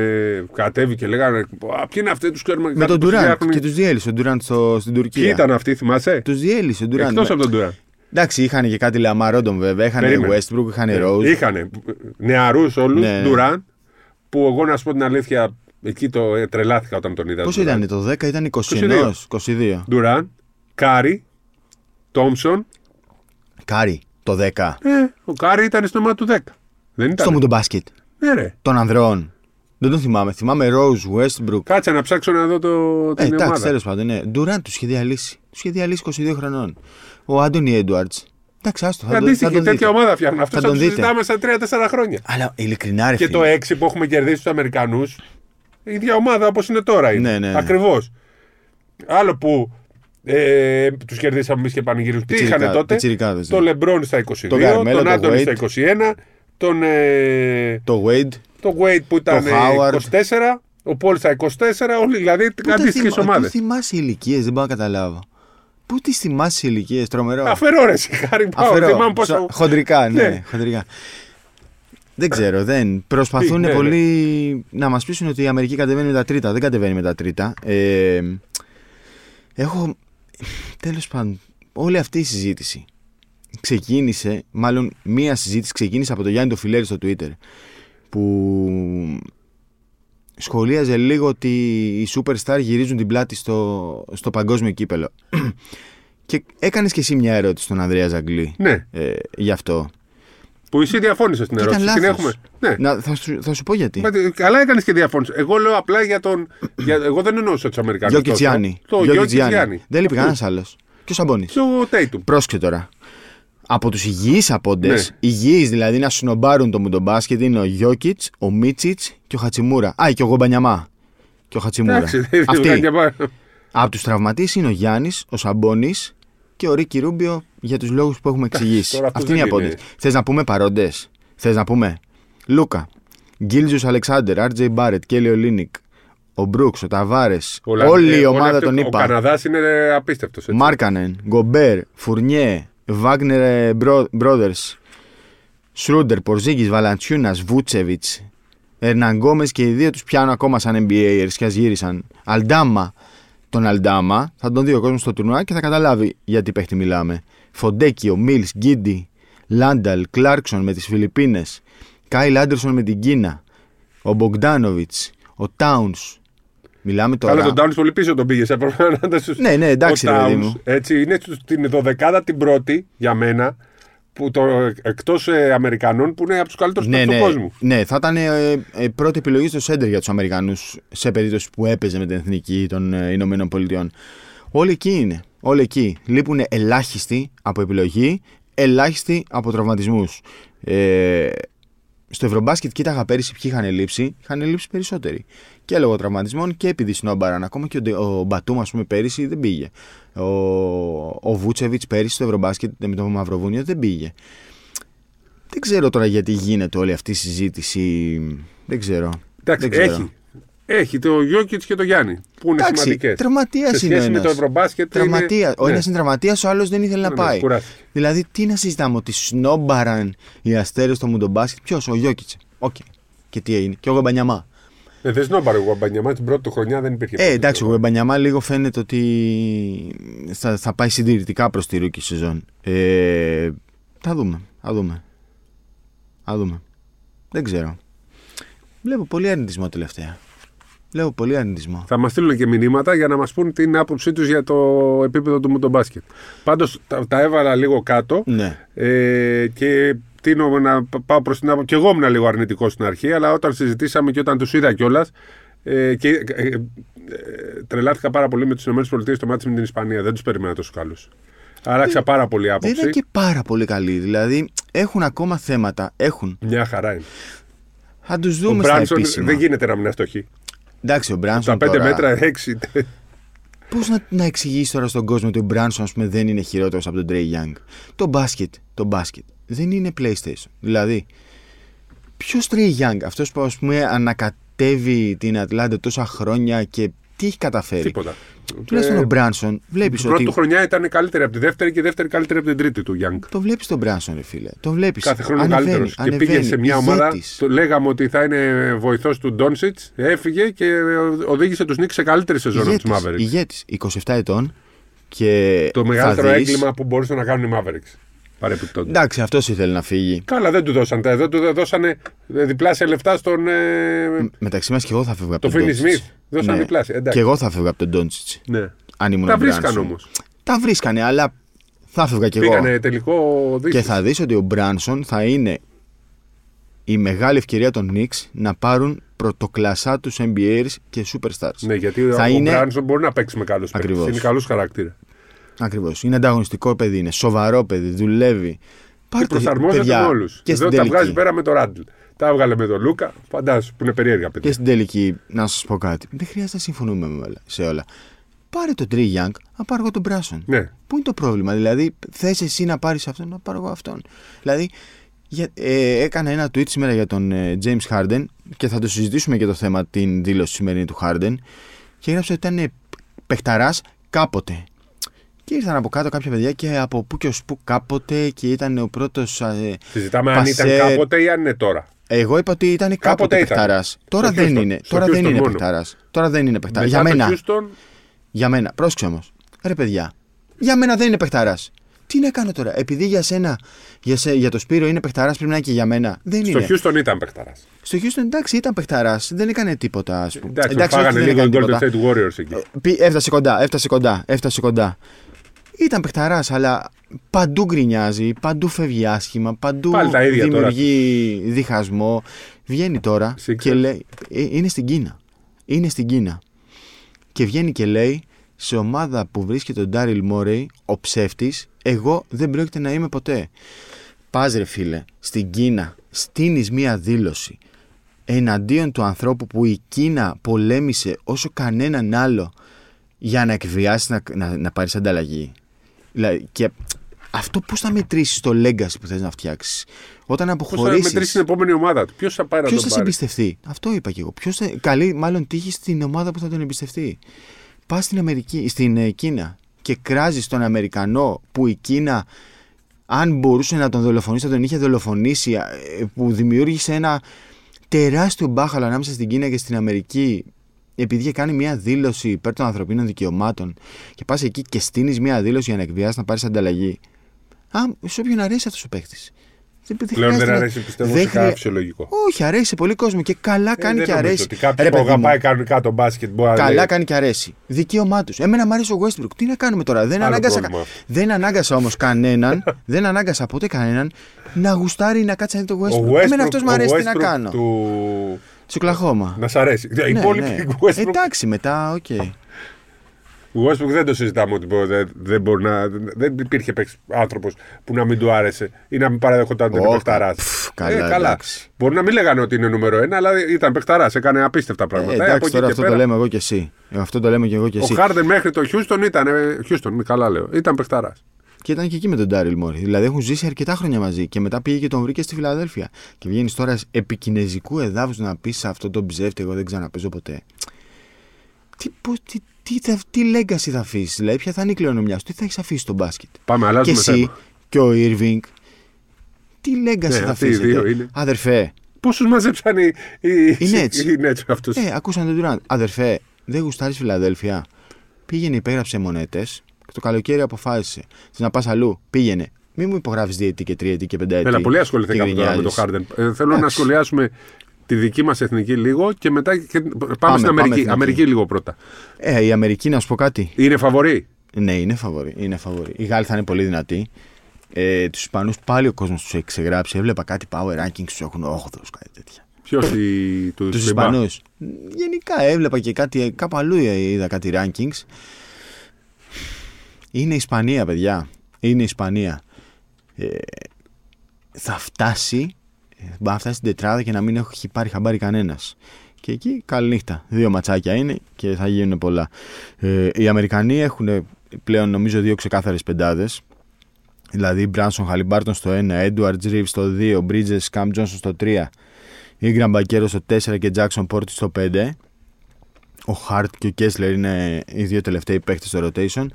Speaker 2: κατέβει και λέγανε «Α, Ποιοι είναι αυτοί, τους ξέρουμε
Speaker 1: Με τον Ντουράντ
Speaker 2: φτιάχνουν».
Speaker 1: και τους διέλυσε ο Ντουράντ στο- στην
Speaker 2: Ποιοι
Speaker 1: Τουρκία.
Speaker 2: ήταν αυτοί, θυμάσαι.
Speaker 1: Τους ναι. διέλυσε ο Ντουράντ.
Speaker 2: Εκτός ναι. από τον Ντουράν.
Speaker 1: Εντάξει, είχαν και κάτι λαμαρόντον βέβαια. Είχαν
Speaker 2: Περίμενε. Ε,
Speaker 1: Westbrook, είχαν Rose.
Speaker 2: Είχανε νεαρούς όλους,
Speaker 1: Ναι.
Speaker 2: Ντουράν, που εγώ να σου πω την αλήθεια, εκεί το ε, τρελάθηκα όταν τον είδα.
Speaker 1: Πόσο
Speaker 2: Ντουράν.
Speaker 1: ήταν το 10, ήταν 21, 22.
Speaker 2: Ντουράν, Κάρι, Τόμψον.
Speaker 1: Κάρι, το 10.
Speaker 2: Ε, ο Κάρι ήταν στο νόημα του 10. Δεν ήταν.
Speaker 1: Στο μου τον μπάσκετ
Speaker 2: Ναι, ρε.
Speaker 1: των ανδρών. Δεν τον θυμάμαι. Θυμάμαι Rose, Westbrook.
Speaker 2: Κάτσε να ψάξω να δω το,
Speaker 1: Ε,
Speaker 2: την
Speaker 1: εντάξει,
Speaker 2: ομάδα.
Speaker 1: τέλος πάντων. Ναι. Ντουράντ του είχε διαλύσει. Του είχε διαλύσει 22 χρονών. Ο Άντωνι Έντουαρτ. Εντάξει, άστο, θα, το, θα
Speaker 2: Αντίστοιχη
Speaker 1: τον
Speaker 2: τέτοια
Speaker 1: δείτε.
Speaker 2: ομάδα φτιάχνουν. Αυτό θα
Speaker 1: τον
Speaker 2: τους
Speaker 1: δείτε.
Speaker 2: συζητάμε στα 3-4 χρόνια.
Speaker 1: Αλλά ειλικρινά ρε
Speaker 2: Και το
Speaker 1: φίλε.
Speaker 2: 6 που έχουμε κερδίσει τους Αμερικανούς, η ίδια ομάδα όπως είναι τώρα είναι.
Speaker 1: Ναι, ναι, ναι.
Speaker 2: Ακριβώς. Άλλο που ε, τους κερδίσαμε εμείς και πανηγύρους. Τι
Speaker 1: Πιτσιρικά-
Speaker 2: είχαν τότε.
Speaker 1: πιτσιρικάδες, ναι.
Speaker 2: Το Λεμπρόν στα 22,
Speaker 1: Τον Καρμέλο,
Speaker 2: τον
Speaker 1: τον
Speaker 2: Άντωνη στα
Speaker 1: Wade.
Speaker 2: 21, τον, ε,
Speaker 1: Το Wade.
Speaker 2: τον Wade που ήταν
Speaker 1: τον
Speaker 2: ε,
Speaker 1: Howard.
Speaker 2: 24, ο Πολ στα 24, όλοι δηλαδή αντίστοιχε ομάδες.
Speaker 1: Πού θυμάσαι ηλικίες, δεν μπορώ να καταλάβω. Πού τις θυμάσαι ηλικίες, τρομερό.
Speaker 2: Αφαιρώ ρε, χάρη πάω. Θυμάμαι πόσο.
Speaker 1: Σα- Χοντρικά, ναι.
Speaker 2: Ναι.
Speaker 1: χοντρικά. Δεν ξέρω, δεν. Προσπαθούν
Speaker 2: Ναι, ναι.
Speaker 1: πολύ να μας πείσουν ότι η Αμερική κατεβαίνει με τα τρίτα. Δεν κατεβαίνει με τα τρίτα. Ε, έχω. Τέλος πάντων, όλη αυτή η συζήτηση ξεκίνησε, μάλλον μία συζήτηση ξεκίνησε από τον Γιάννη το Φιλέρη στο Twitter που σχολίαζε λίγο ότι οι superstar γυρίζουν την πλάτη στο, στο παγκόσμιο κύπελο. και έκανες και εσύ μια ερώτηση στον Ανδρέα Ζαγκλή
Speaker 2: Ναι,
Speaker 1: ε, γι' αυτό.
Speaker 2: που εσύ διαφώνησες στην
Speaker 1: Ήταν
Speaker 2: ερώτηση. Την
Speaker 1: λάθος.
Speaker 2: έχουμε. Ναι.
Speaker 1: Να, θα, σου, θα σου πω γιατί.
Speaker 2: Μα, τε- Καλά έκανες και διαφώνησες. Εγώ λέω απλά για τον. για- εγώ δεν εννοούσα τους Αμερικανούς.
Speaker 1: Γιώκη Τζιάννη.
Speaker 2: Το
Speaker 1: Γιώκη
Speaker 2: Γιώκη
Speaker 1: Τζιάννη.
Speaker 2: Τζιάννη.
Speaker 1: Δεν λείπει κανένας άλλος. Και ο Σαμπόνι.
Speaker 2: Και ο Τέιτουμ.
Speaker 1: Πρόσεχε τώρα. Από τους υγιείς απόντες,
Speaker 2: Ναι.
Speaker 1: υγιείς δηλαδή να συνομπάρουν το μουντομπάσκετ είναι ο Γιώκητ, ο Μίτσιτ και ο Χατσιμούρα. Α, και ο Γομπανιαμά. Και ο Χατσιμούρα.
Speaker 2: Εντάξει, δεν
Speaker 1: Αυτοί.
Speaker 2: βγάζει από-
Speaker 1: Από τους τραυματίες είναι ο Γιάννης, ο Σαμπόνι και ο Ρίκη Ρούμπιο για τους λόγους που έχουμε εξηγήσει.
Speaker 2: τώρα αυτός
Speaker 1: Αυτή είναι η
Speaker 2: δεν
Speaker 1: απόδειξη.
Speaker 2: είναι.
Speaker 1: Θες να πούμε παρόντες. Θες να πούμε. Λούκα, Γκίλζου Αλεξάνδρ, Άρτζεϊ Μπάρετ, Κέλιο Λίνικ, ο Μπρούξ, ο Ταβάρες.
Speaker 2: Ο Λα-
Speaker 1: Όλη η
Speaker 2: ε,
Speaker 1: ομάδα
Speaker 2: αυτοί-
Speaker 1: των
Speaker 2: Ο
Speaker 1: ΗΠΑ.
Speaker 2: Καναδάς είναι απίστευτος.
Speaker 1: Μάρκανεν, Γκομπέρ, Φουρνιέ, Βάγνερ Brothers. ε, Σρούντερ, Πορζίγκη, Βαλαντσιούνας, Βούτσεβιτ, Ερναγκόμες και οι δύο τους πιάνουν ακόμα σαν NBA και ας γύρισαν. Αλντάμα, τον Αλντάμα, θα τον δει ο κόσμος στο τουρνουά και θα καταλάβει γιατί παίχτη μιλάμε. Φοντέκιο, Μίλ, Γκίντι, Λάνταλ, Κλάρκσον με τις Φιλιππίνες, Κάιλ Άντερσον με την Κίνα, ο Μπογκδάνοβιτ, ο Τάουν. Μιλάμε τώρα.
Speaker 2: Καλά, τον Τάουν πολύ πίσω τον πήγες.
Speaker 1: Ναι, ναι, εντάξει,
Speaker 2: Ο
Speaker 1: ρε παιδί
Speaker 2: Towns,
Speaker 1: μου.
Speaker 2: Έτσι, είναι στην 12 την πρώτη για μένα. Που το, εκτός ε, Αμερικανών που είναι από τους καλύτερους
Speaker 1: ναι,
Speaker 2: ναι,
Speaker 1: ναι,
Speaker 2: του κόσμου.
Speaker 1: ναι, θα ήταν ε, ε, πρώτη επιλογή στο σέντερ για τους Αμερικανούς σε περίπτωση που έπαιζε με την εθνική των ε, Ηνωμένων Πολιτειών. Όλοι εκεί είναι. Όλοι εκεί. Λείπουν ελάχιστοι από επιλογή, ελάχιστοι από τραυματισμούς. Ε, στο Ευρωμπάσκετ κοίταγα πέρυσι ποιοι είχαν λείψει. Είχαν λείψει περισσότεροι. Και λόγω τραυματισμών και επειδή συνόμπαραν. Ακόμα και ο, Ντε- ο Μπατούμα, ας πούμε, πέρυσι δεν πήγε. Ο, ο Βούτσεβιτ πέρυσι στο Ευρωμπάσκετ με το Μαυροβούνιο δεν πήγε. Δεν ξέρω τώρα γιατί γίνεται όλη αυτή η συζήτηση. Δεν ξέρω.
Speaker 2: Εντάξει,
Speaker 1: δεν ξέρω.
Speaker 2: έχει. Έχει το Γιώκητ και το Γιάννη που είναι
Speaker 1: Εντάξει,
Speaker 2: σημαντικές.
Speaker 1: τραυματίας
Speaker 2: Σε
Speaker 1: είναι.
Speaker 2: σχέση με
Speaker 1: ένας.
Speaker 2: το Ευρωμπάσκετ.
Speaker 1: Τραυματία.
Speaker 2: είναι-
Speaker 1: Ο
Speaker 2: ναι,
Speaker 1: ένας είναι τραυματίας, ο άλλος δεν ήθελε να
Speaker 2: ναι,
Speaker 1: πάει.
Speaker 2: κουράστηκε.
Speaker 1: Δηλαδή, τι να συζητάμε, ότι σνόμπαραν οι αστέρες στο μουντομπάσκετ. Ποιος, ο Γιώκητσε. Οκ. Και τι έγινε. Και ο Γαμπανιαμά.
Speaker 2: Ε, δεν σνόμπαρε ο Γουαμπανιαμά την πρώτη του χρονιά δεν υπήρχε.
Speaker 1: Ε, εντάξει, ο Γαμπανιαμά λίγο φαίνεται ότι θα, θα πάει συντηρητικά προς τη ρούκη σεζόν. Ε, θα δούμε. Θα δούμε. Θα δούμε. Δεν ξέρω. Βλέπω πολύ αρνητισμό τελευταία. Βλέπω πολύ αρνητισμό.
Speaker 2: Θα μας στείλουν και μηνύματα για να μας πούν την άποψή τους για το επίπεδο του μουντομπάσκετ. Πάντως τα, τα έβαλα λίγο κάτω
Speaker 1: Ναι.
Speaker 2: ε, και τίνω να π- πάω προς την άποψη. Και εγώ ήμουν λίγο αρνητικός στην αρχή, αλλά όταν συζητήσαμε και όταν τους είδα κιόλας. Ε, και, ε, ε, τρελάθηκα πάρα πολύ με τις ΗΠΑ στο μάτι με την Ισπανία. Δεν τους περιμένα τόσο καλούς. Άλλαξα πάρα πολύ
Speaker 1: Ε, Δεν
Speaker 2: άποψη.
Speaker 1: ήταν και πάρα πολύ καλή. Δηλαδή έχουν ακόμα θέματα. Έχουν.
Speaker 2: Μια χαρά είναι.
Speaker 1: Θα τους
Speaker 2: Ο
Speaker 1: δούμε στα
Speaker 2: Μπράνσον
Speaker 1: επίσημα.
Speaker 2: δεν γίνεται να μην είναι αστοχή.
Speaker 1: Εντάξει, ο
Speaker 2: Τα
Speaker 1: Μπράνσον.
Speaker 2: 5
Speaker 1: τώρα...
Speaker 2: μέτρα, 6.
Speaker 1: Πώς να, να εξηγήσεις τώρα στον κόσμο ότι ο Μπράνσον ας πούμε, δεν είναι χειρότερος από τον Τρέι Young. Το μπάσκετ, το μπάσκετ δεν είναι PlayStation. Δηλαδή, ποιος Τρέι Young, αυτός που ας πούμε ανακατεύει την Ατλάντα τόσα χρόνια και τι έχει καταφέρει.
Speaker 2: Τίποτα.
Speaker 1: Τουλάχιστον
Speaker 2: Ε,
Speaker 1: ο Μπράνσον, βλέπεις
Speaker 2: Την πρώτη
Speaker 1: ότι.
Speaker 2: του χρονιά ήταν καλύτερη από τη δεύτερη και η δεύτερη καλύτερη από την τρίτη του Young.
Speaker 1: Το βλέπεις τον Μπράνσον, ρε φίλε. Το βλέπεις.
Speaker 2: Κάθε χρόνο καλύτερο. Και πήγε σε μια ομάδα. Το λέγαμε ότι θα είναι βοηθός του Ντόνσιτ. Έφυγε και οδήγησε τους Νίξ σε καλύτερη σεζόν από τους Mavericks.
Speaker 1: Ηγέτης, 27 ετών. Και
Speaker 2: Το
Speaker 1: θα
Speaker 2: μεγαλύτερο
Speaker 1: δεις-
Speaker 2: έγκλημα που μπορούσαν να κάνουν οι Mavericks. Παρεπιπτόντω.
Speaker 1: Εντάξει, αυτός ήθελε να φύγει.
Speaker 2: Καλά, δεν του δώσαν. τα- Δεν του δώσανε ε, διπλάσια λεφτά στον. ε,
Speaker 1: Μεταξύ μας και εγώ θα φεύγω από
Speaker 2: Το
Speaker 1: τον
Speaker 2: Finney
Speaker 1: Doncic.
Speaker 2: Smith. Δώσαν διπλάσια.
Speaker 1: Και
Speaker 2: Εντάξει.
Speaker 1: εγώ θα φεύγα από τον Ντόντσιτ.
Speaker 2: Ναι.
Speaker 1: Αν ήμουν
Speaker 2: Τα
Speaker 1: ο Μπράνσον.
Speaker 2: βρίσκαν όμως.
Speaker 1: Τα βρίσκανε, αλλά θα φεύγα κι εγώ.
Speaker 2: Πήγανε τελικό
Speaker 1: Και
Speaker 2: δύση.
Speaker 1: θα δεις ότι ο Μπράνσον θα είναι η μεγάλη ευκαιρία των Knicks να πάρουν πρωτοκλασσά τους NBAers και superstars.
Speaker 2: Ναι, γιατί
Speaker 1: θα
Speaker 2: ο
Speaker 1: είναι...
Speaker 2: Μπράνσον μπορεί να παίξει με καλούς
Speaker 1: Ακριβώς.
Speaker 2: παίκτε. Είναι καλός χαρακτήρας.
Speaker 1: Ακριβώς. Είναι ανταγωνιστικό παιδί, είναι σοβαρό παιδί, δουλεύει.
Speaker 2: Και
Speaker 1: Πάρτε
Speaker 2: προσαρμόζεται
Speaker 1: παιδιά,
Speaker 2: με όλους.
Speaker 1: Και στην
Speaker 2: Εδώ τα
Speaker 1: τελική.
Speaker 2: βγάζει πέρα με τον Ράντλ. Τα έβγαλε με τον Λούκα. Φαντάζομαι που είναι περίεργα
Speaker 1: Και
Speaker 2: παιδιά.
Speaker 1: στην τελική, να σας πω κάτι. Δεν χρειάζεται να συμφωνούμε με όλα- σε όλα. Πάρε τον Τρι Young, να πάρω εγώ τον Μπράσον.
Speaker 2: Ναι.
Speaker 1: Πού είναι το πρόβλημα, δηλαδή θες εσύ να πάρεις αυτόν, να πάρω εγώ αυτόν. Δηλαδή, για, ε, έκανα ένα tweet σήμερα για τον ε, James Harden και θα το συζητήσουμε και το θέμα την δήλωση σημερινή του Harden και έγραψε ότι ήταν ε, παιχταράς κάποτε. Και ήρθαν από κάτω κάποια παιδιά και από πού και ως πού κάποτε και ήταν ο πρώτος... ε,
Speaker 2: Συζητάμε αν
Speaker 1: Πασέ-
Speaker 2: ήταν κάποτε ή αν είναι τώρα.
Speaker 1: εγώ είπα ότι ήταν κάποτε,
Speaker 2: Κάποτε ήταν.
Speaker 1: παιχταράς. Τώρα
Speaker 2: Στο
Speaker 1: δεν
Speaker 2: Houston.
Speaker 1: είναι.
Speaker 2: Στο
Speaker 1: Τώρα δεν
Speaker 2: Houston
Speaker 1: είναι
Speaker 2: μόνο.
Speaker 1: παιχταράς. Τώρα δεν είναι παιχταράς. Για
Speaker 2: Μετά
Speaker 1: μένα.
Speaker 2: το Houston,
Speaker 1: Για μένα. Πρόσεξε όμως. Ρε παιδιά, για μένα δεν είναι παιχταρά. Τι να κάνω τώρα, επειδή για σένα, για, σε, για το Σπύρο είναι παιχταρά, πρέπει να είναι και για μένα. Δεν
Speaker 2: στο
Speaker 1: είναι. Ε,
Speaker 2: Houston ήταν παιχταρά.
Speaker 1: Στο Houston εντάξει ήταν παιχταρά, δεν έκανε τίποτα. Ας πούμε.
Speaker 2: Εντάξει,
Speaker 1: όχι,
Speaker 2: φάγανε
Speaker 1: δεν
Speaker 2: λίγο οι
Speaker 1: έκανε
Speaker 2: Golden
Speaker 1: τίποτα. Ε,
Speaker 2: State Warriors εκεί.
Speaker 1: Πι- Έφτασε κοντά, έφτασε κοντά, έφτασε κοντά. Ήταν παιχταράς, αλλά παντού γκρινιάζει, παντού φεύγει άσχημα, παντού
Speaker 2: Πάλι τα ίδια τώρα.
Speaker 1: δημιουργεί διχασμό. Βγαίνει τώρα
Speaker 2: Sixers.
Speaker 1: και λέει. ε, Είναι στην Κίνα. Είναι στην Κίνα. Και βγαίνει και λέει σε ομάδα που βρίσκεται ο Ντάριλ Μόρεϊ, ο ψεύτης, εγώ δεν πρόκειται να είμαι ποτέ. Πας ρε φίλε, στην Κίνα στείνεις μία δήλωση εναντίον του ανθρώπου που η Κίνα πολέμησε όσο κανέναν άλλο για να εκβιάσεις να, να, να πάρεις ανταλλαγή. Δηλαδή, και αυτό πώς θα μετρήσεις το legacy που θες να φτιάξεις. Όταν
Speaker 2: Πώς θα μετρήσεις την
Speaker 1: αποχωρήσεις,
Speaker 2: επόμενη ομάδα του. Ποιος θα πάει να
Speaker 1: ποιος
Speaker 2: τον
Speaker 1: θα σε
Speaker 2: πάρει.
Speaker 1: εμπιστευτεί. Αυτό είπα και εγώ. Ποιος θα, καλή μάλλον τύχη στην ομάδα που θα τον εμπιστευτεί. Πας στην, Αμερική, στην ε, Κίνα και κράζεις τον Αμερικανό που η Κίνα αν μπορούσε να τον δολοφονήσει, θα τον είχε δολοφονήσει, ε, που δημιούργησε ένα τεράστιο μπάχαλο ανάμεσα στην Κίνα και στην Αμερική, επειδή είχε κάνει μια δήλωση υπέρ των ανθρωπίνων δικαιωμάτων, και πας εκεί και στείνεις μια δήλωση για να εκβιάσει να πάρεις ανταλλαγή. Α, σε όποιον αρέσει αυτός ο παίκτης. Δεν- δεν
Speaker 2: Πλέον δεν
Speaker 1: χρειάζεται να-
Speaker 2: αρέσει πιστεύω
Speaker 1: δεν
Speaker 2: σε
Speaker 1: χρεια-
Speaker 2: κάποιο λογικό.
Speaker 1: Όχι, αρέσει σε πολύ κόσμο και καλά κάνει
Speaker 2: Ε,
Speaker 1: και
Speaker 2: δεν νομίζω
Speaker 1: αρέσει.
Speaker 2: Ότι κάποιος
Speaker 1: Ρε,
Speaker 2: που
Speaker 1: παιδί μου,
Speaker 2: αγαπάει κανονικά τον μπάσκετ μπορεί να
Speaker 1: Καλά
Speaker 2: λέει,
Speaker 1: κάνει και αρέσει. Δικαίωμά τους. Εμένα μου αρέσει ο Westbrook. Τι να κάνουμε τώρα. Δεν
Speaker 2: Άλλο
Speaker 1: ανάγκασα,
Speaker 2: πρόβλημα.
Speaker 1: κα- δεν ανάγκασα όμως κανέναν, δεν ανάγκασα ποτέ κανέναν να γουστάρει να κάτσει να δει το Westbrook.
Speaker 2: Ο Westbrook,
Speaker 1: Εμένα αυτός μου
Speaker 2: ο
Speaker 1: αρέσει τι να
Speaker 2: Westbrook
Speaker 1: κάνω. Ναι, Του...
Speaker 2: Του...
Speaker 1: Τσουκλαχώμα.
Speaker 2: Να σ' αρέσει. Οι υπόλοιποι του Westbrook, Ε,
Speaker 1: Εντάξει, μετά, οκ.
Speaker 2: του Westbrook δεν το συζητάμε ότι μπορεί- δεν, δεν, μπορεί να, δεν υπήρχε άνθρωπος που να μην του άρεσε ή να μην παραδεχόταν ότι είναι
Speaker 1: Ω,
Speaker 2: παιχταράς.
Speaker 1: πφ, καλά, εντάξει.
Speaker 2: Μπορεί να μην λέγανε ότι είναι νούμερο ένα, αλλά ήταν παιχταράς. Έκανε απίστευτα
Speaker 1: Ε,
Speaker 2: πράγματα. Ε, από
Speaker 1: εντάξει,
Speaker 2: εκεί
Speaker 1: τώρα
Speaker 2: και
Speaker 1: αυτό
Speaker 2: πέρα,
Speaker 1: το λέμε εγώ και εσύ. Ε, Αυτό το λέμε και εγώ και
Speaker 2: Ο
Speaker 1: εσύ.
Speaker 2: Χάρντεν μέχρι το Χιούστον ήταν. ε, Χιούστον, μη καλά λέω. Ήταν παιχταράς.
Speaker 1: Και ήταν και εκεί με τον Ντάριλ Μόρι. Δηλαδή έχουν ζήσει αρκετά χρόνια μαζί. Και μετά πήγε και τον βρήκε στη Φιλαδέλφια. Και βγαίνεις τώρα επί κινέζικου εδάφους να πεις σε αυτόν τον ψεύτη: Εγώ δεν ξαναπέζω ποτέ. Τι, πώς, τι, τι, θα- τι, legacy θα αφήσεις, δηλαδή ποια θα είναι η κληρονομιά σου, τι θα έχεις αφήσει στο μπάσκετ.
Speaker 2: Πάμε,
Speaker 1: και
Speaker 2: αλλάζουμε
Speaker 1: εσύ
Speaker 2: θέμα.
Speaker 1: και ο Ήρβινγκ. Τι legacy
Speaker 2: Ναι,
Speaker 1: θα
Speaker 2: αυτοί οι
Speaker 1: αφήσεις.
Speaker 2: δύο είναι.
Speaker 1: Αδερφέ,
Speaker 2: Πόσους μαζέψαν οι, οι,
Speaker 1: Είναι έτσι.
Speaker 2: οι Nets αυτούς.
Speaker 1: ε, ακούσαν τον Τουράντ. Αδερφέ, δεν γουστάρεις Φιλαδέλφια. Πήγαινε, υπέγραψε μονέτες και το καλοκαίρι αποφάσισε. Θες να πας αλλού, πήγαινε. Μην μου υπογράφεις διετή και τριετή και πενταετή.
Speaker 2: Έλα, πολύ
Speaker 1: και
Speaker 2: ασχοληθήκαμε τώρα με το
Speaker 1: γκρινιάζεις.
Speaker 2: Χάρντεν. Ε, θέλω να
Speaker 1: Εντάξει.
Speaker 2: σχολιάσουμε τη δική μας εθνική λίγο και μετά και... πάμε,
Speaker 1: Πάμε,
Speaker 2: στην
Speaker 1: πάμε
Speaker 2: Αμερική.
Speaker 1: εθνική.
Speaker 2: Αμερική λίγο πρώτα.
Speaker 1: Ε, η Αμερική, να σου πω κάτι.
Speaker 2: Είναι φαβορή.
Speaker 1: Ναι, είναι φαβορή. Είναι φαβορή. Οι Γάλλοι θα είναι πολύ δυνατοί. Ε, τους Ισπανούς πάλι ο κόσμος τους έχει ξεγράψει. Έβλεπα κάτι power rankings τους έχουν 8 κάτι τέτοια.
Speaker 2: Ποιος του
Speaker 1: Του Ισπανούς. Γενικά έβλεπα και κάτι, κάπου αλλού ε, είδα κάτι rankings. Είναι Ισπανία, παιδιά. Είναι Ισπανία. Ε, θα φτάσει. ε, Μπορεί να φτάσει στην τετράδα και να μην έχει πάρει χαμπάρι κανένας. Και εκεί καλή νύχτα. Δύο ματσάκια είναι και θα γίνουν πολλά. Ε, οι Αμερικανοί έχουν πλέον νομίζω δύο ξεκάθαρες πεντάδες. Δηλαδή Μπράνσον Χαλιμπάρτον στο 1, Έντουαρτ Ριβ στο 2, Μπρίτζες Καμ Τζόνσον στο 3, Ήγκραμ Μπακέρο στο 4 και Τζάξον Πόρτη στο 5. Ο Χαρτ και ο Κέσλερ είναι οι δύο τελευταίοι παίχτε στο rotation.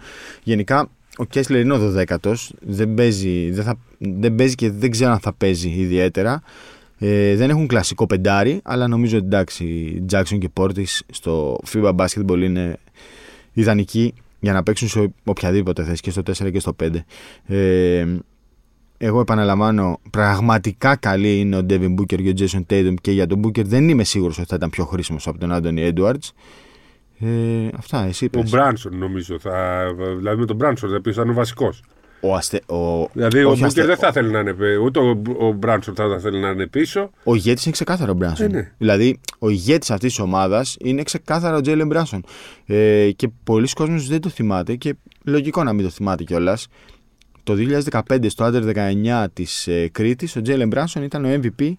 Speaker 1: Γενικά ο Κέσλερ είναι ο 12ο. Δεν, παίζει- δεν, θα- δεν παίζει και δεν ξέρω αν θα παίζει ιδιαίτερα. Ε, δεν έχουν κλασικό πεντάρι, αλλά νομίζω ότι εντάξει, Jackson και Πόρτη στο FIBA Basketball είναι ιδανικοί για να παίξουν σε οποιαδήποτε θέση και στο 4 και στο 5. Ε, εγώ επαναλαμβάνω, πραγματικά καλή είναι ο Devin Booker και ο Jason Tatum και για τον Booker δεν είμαι σίγουρος ότι θα ήταν πιο χρήσιμος από τον Anthony Edwards. Ε, αυτά, εσύ
Speaker 2: Ο
Speaker 1: είπες.
Speaker 2: Μπράνσον νομίζω. Θα... Δηλαδή με τον Μπράνσον θα πεις ότι θα είναι ο βασικός.
Speaker 1: Ο αστε... ο...
Speaker 2: Δηλαδή
Speaker 1: όχι
Speaker 2: ο Μπούκερ
Speaker 1: αστε-
Speaker 2: δεν θα θέλει να είναι πέ- ούτε ο, ο Μπράνσον θα θέλει να είναι πίσω.
Speaker 1: Ο ηγέτης είναι ξεκάθαρο ο Μπράνσον.
Speaker 2: Ε, ναι.
Speaker 1: Δηλαδή, ο ηγέτης αυτής της ομάδας είναι ξεκάθαρο ο Τζέιλεν Μπράνσον. Ε, και πολλοί κόσμοι δεν το θυμάται και λογικό να μην το θυμάται κιόλας. Το 2015 στο Under 19 της ε, Κρήτης, ο Τζέιλεν Μπράνσον ήταν ο MVP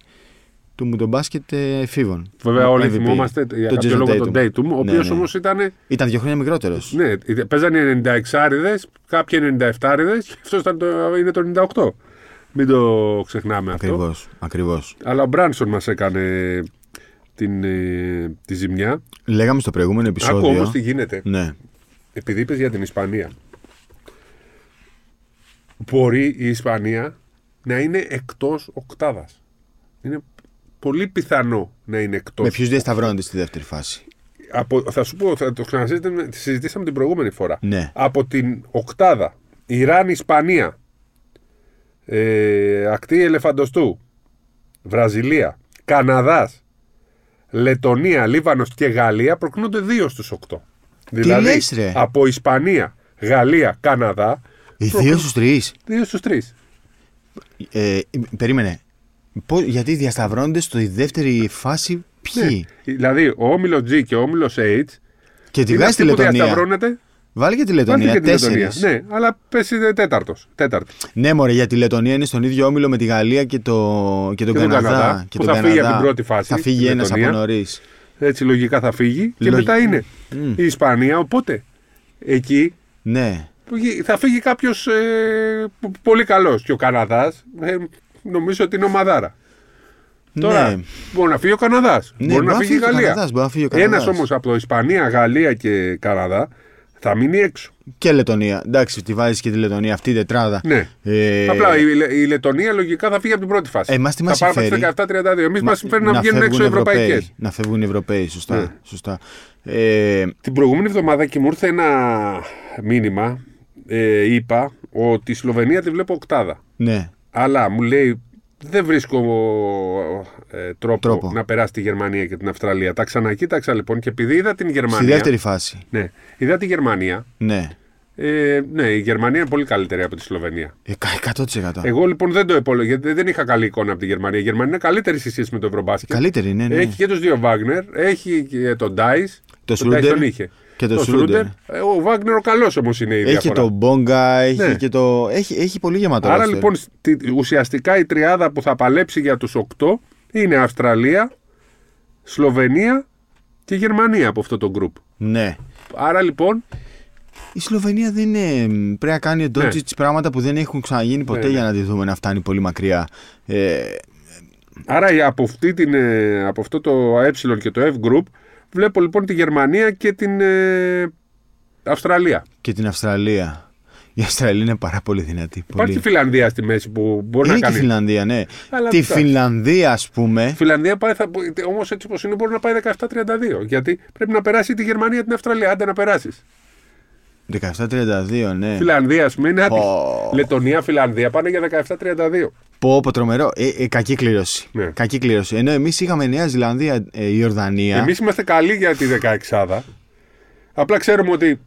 Speaker 1: του μου τον μπάσκετ ε, φίβων.
Speaker 2: Βέβαια
Speaker 1: Ο
Speaker 2: όλοι
Speaker 1: MVP.
Speaker 2: θυμόμαστε για
Speaker 1: Τον
Speaker 2: κάποιο
Speaker 1: Jason
Speaker 2: λόγο τον
Speaker 1: Tatum.
Speaker 2: Tatum, ο
Speaker 1: Ναι,
Speaker 2: οποίος
Speaker 1: ναι.
Speaker 2: όμως ήταν.
Speaker 1: Ήταν δύο χρόνια μικρότερος.
Speaker 2: Ναι, παίζανε 96 άριδες, κάποιοι 97 άριδες και αυτός ήταν το, είναι το 98. Μην το ξεχνάμε αυτό.
Speaker 1: Ακριβώς. Ακριβώς.
Speaker 2: Αλλά ο Μπράνσον μας έκανε την, ε, τη ζημιά.
Speaker 1: Λέγαμε στο προηγούμενο
Speaker 2: Άκου
Speaker 1: επεισόδιο.
Speaker 2: όμως τι γίνεται.
Speaker 1: Ναι.
Speaker 2: Επειδή είπες για την Ισπανία. Μπορεί η Ισπανία να είναι εκτός οκτάδας. Είναι πολύ πιθανό να είναι εκτός.
Speaker 1: Με ποιους διασταυρώνονται στη δεύτερη φάση.
Speaker 2: Από, θα σου πω, θα το ξανασυζητήσαμε συζητήσαμε την προηγούμενη φορά.
Speaker 1: Ναι.
Speaker 2: Από την οκτάδα, Ιράν-Ισπανία, ε, ακτή Ελεφαντοστού, Βραζιλία, Καναδάς, Λετωνία, Λίβανος και Γαλλία προκρίνονται δύο στους οκτώ. δηλαδή,
Speaker 1: λες, ρε?
Speaker 2: από Ισπανία, Γαλλία, Καναδά,
Speaker 1: Οι
Speaker 2: προ-
Speaker 1: δύο στους τρεις.
Speaker 2: δύο στους τρεις.
Speaker 1: Ε, περίμενε. Πώς, γιατί διασταυρώνονται στη δεύτερη φάση ποιοι.
Speaker 2: Δηλαδή, ο όμιλο G και ο όμιλος H
Speaker 1: Και τη βγάζει
Speaker 2: είναι
Speaker 1: τη
Speaker 2: αυτοί που
Speaker 1: Λετωνία.
Speaker 2: διασταυρώνεται.
Speaker 1: Βάλει και τη
Speaker 2: Βάλτε
Speaker 1: Λετωνία.
Speaker 2: και τη Λετωνία.
Speaker 1: Τέσσερις. Ναι.
Speaker 2: Ναι, αλλά πέσει τέταρτος. Τέταρτης.
Speaker 1: μωρέ, γιατί η Λετωνία είναι στον ίδιο όμιλο με τη Γαλλία και, το, και τον
Speaker 2: τον
Speaker 1: Καναδά.
Speaker 2: Καναδά,
Speaker 1: Και
Speaker 2: που
Speaker 1: τον
Speaker 2: θα φύγει
Speaker 1: Καναδά.
Speaker 2: από την πρώτη φάση,
Speaker 1: Θα φύγει
Speaker 2: η
Speaker 1: ένας από
Speaker 2: Λετωνία.
Speaker 1: νωρίς.
Speaker 2: Έτσι λογικά θα φύγει και
Speaker 1: Λογι-
Speaker 2: μετά είναι η Ισπανία. Οπότε εκεί
Speaker 1: Ναι.
Speaker 2: που γι- θα φύγει κάποιος πολύ καλός. Και ο Καναδάς νομίζω ότι είναι ομαδάρα. Τώρα
Speaker 1: ναι.
Speaker 2: μπορεί να φύγει ο Καναδάς.
Speaker 1: Ναι,
Speaker 2: μπορεί να φύγει η
Speaker 1: και ο
Speaker 2: Γαλλία.
Speaker 1: Καναδάς, μπορεί να φύγει ο
Speaker 2: Ένας
Speaker 1: Καναδάς.
Speaker 2: όμως από το Ισπανία, Γαλλία και Καναδά θα μείνει έξω.
Speaker 1: Και Λετωνία. Εντάξει, τη βάζεις και τη Λετωνία αυτή η τετράδα.
Speaker 2: Ναι.
Speaker 1: Ε,
Speaker 2: Απλά η, Λε- η Λετωνία λογικά θα φύγει από την πρώτη φάση.
Speaker 1: Ε, εμάς τι μας
Speaker 2: θα πάμε
Speaker 1: συμφέρει?
Speaker 2: στις 17-32. Εμείς μα συμφέρει να, βγαίνουν
Speaker 1: φεύγουν
Speaker 2: έξω ευρωπαϊκέ.
Speaker 1: Ευρωπαίοι. Να φεύγουν οι Ευρωπαίοι, σωστά.
Speaker 2: Ναι.
Speaker 1: σωστά. Ε,
Speaker 2: Την προηγούμενη εβδομάδα και μου ήρθε ένα μήνυμα. Ε, είπα ότι η Σλοβενία τη βλέπω οκτάδα.
Speaker 1: ναι,
Speaker 2: Αλλά μου λέει δεν βρίσκω ε, τρόπο,
Speaker 1: Τρόπο.
Speaker 2: να περάσει τη Γερμανία και την Αυστραλία. Τα ξανακοίταξα λοιπόν και επειδή είδα την Γερμανία.
Speaker 1: στη δεύτερη φάση.
Speaker 2: Ναι, είδα τη Γερμανία.
Speaker 1: Ναι.
Speaker 2: Ε, ναι, η Γερμανία είναι πολύ καλύτερη από τη Σλοβενία.
Speaker 1: Ε, κα- 100%.
Speaker 2: Εγώ λοιπόν δεν το επόλογα γιατί δεν είχα καλή εικόνα από τη Γερμανία. Η Γερμανία είναι καλύτερη σε σχέση με το Ευρωμπάσκετ.
Speaker 1: Καλύτερη, ναι, ναι.
Speaker 2: Έχει και τους δύο Βάγνερ, έχει και τον Ντάι.
Speaker 1: Το
Speaker 2: τον Ντάις
Speaker 1: Σρούντερ
Speaker 2: τον είχε.
Speaker 1: και το
Speaker 2: Τον
Speaker 1: Σρούντερ.
Speaker 2: Ε, Ο Βάγνερ ο καλός όμως είναι η
Speaker 1: έχει και
Speaker 2: διαφορά.
Speaker 1: τον ε. Μπόγκα, έχει
Speaker 2: Ναι.
Speaker 1: και το. Έχει, έχει πολύ γεμάτο.
Speaker 2: Άρα
Speaker 1: roster.
Speaker 2: λοιπόν στη- ουσιαστικά η τριάδα που θα παλέψει για τους 8 είναι Αυστραλία, Σλοβενία και Γερμανία από αυτό το γκρουπ.
Speaker 1: Ναι.
Speaker 2: Άρα λοιπόν
Speaker 1: Η Σλοβενία δεν είναι. μ, Πρέπει να κάνει ο Ντότσιτ πράγματα που δεν έχουν ξαναγίνει ποτέ
Speaker 2: Ναι, ναι.
Speaker 1: για να τη δούμε να φτάνει πολύ μακριά. Ε,
Speaker 2: Άρα η- από, αυτή την, ε, από αυτό το ε και το F group βλέπω λοιπόν τη Γερμανία και την ε, Αυστραλία.
Speaker 1: και την Αυστραλία. Η Αυστραλία είναι πάρα πολύ δυνατή.
Speaker 2: Υπάρχει
Speaker 1: πολύ.
Speaker 2: και η Φιλανδία στη μέση που μπορεί
Speaker 1: είναι
Speaker 2: να
Speaker 1: και η
Speaker 2: κάνει.
Speaker 1: Φιλανδία, ναι.
Speaker 2: Αλλά
Speaker 1: τη
Speaker 2: εντάξει.
Speaker 1: Φινλανδία, ας πούμε.
Speaker 2: Η Φιλανδία πάει, θα, όμως έτσι όπως είναι μπορεί να πάει 17-32 γιατί πρέπει να περάσει τη Γερμανία την Αυστραλία, άντε να περάσεις.
Speaker 1: 17-32, ναι.
Speaker 2: Φιλανδία, ας πούμε, είναι άτυχη.
Speaker 1: Πω.
Speaker 2: Λετωνία, Φιλανδία πάνε για 17-32.
Speaker 1: Πω, πω, τρομερό. Ε, ε, κακή κλήρωση.
Speaker 2: Ναι.
Speaker 1: Κακή κλήρωση. Ενώ εμείς είχαμε Νέα Ζηλανδία, ε, Ιορδανία.
Speaker 2: Εμείς είμαστε καλοί για τη 16 Απλά ξέρουμε ότι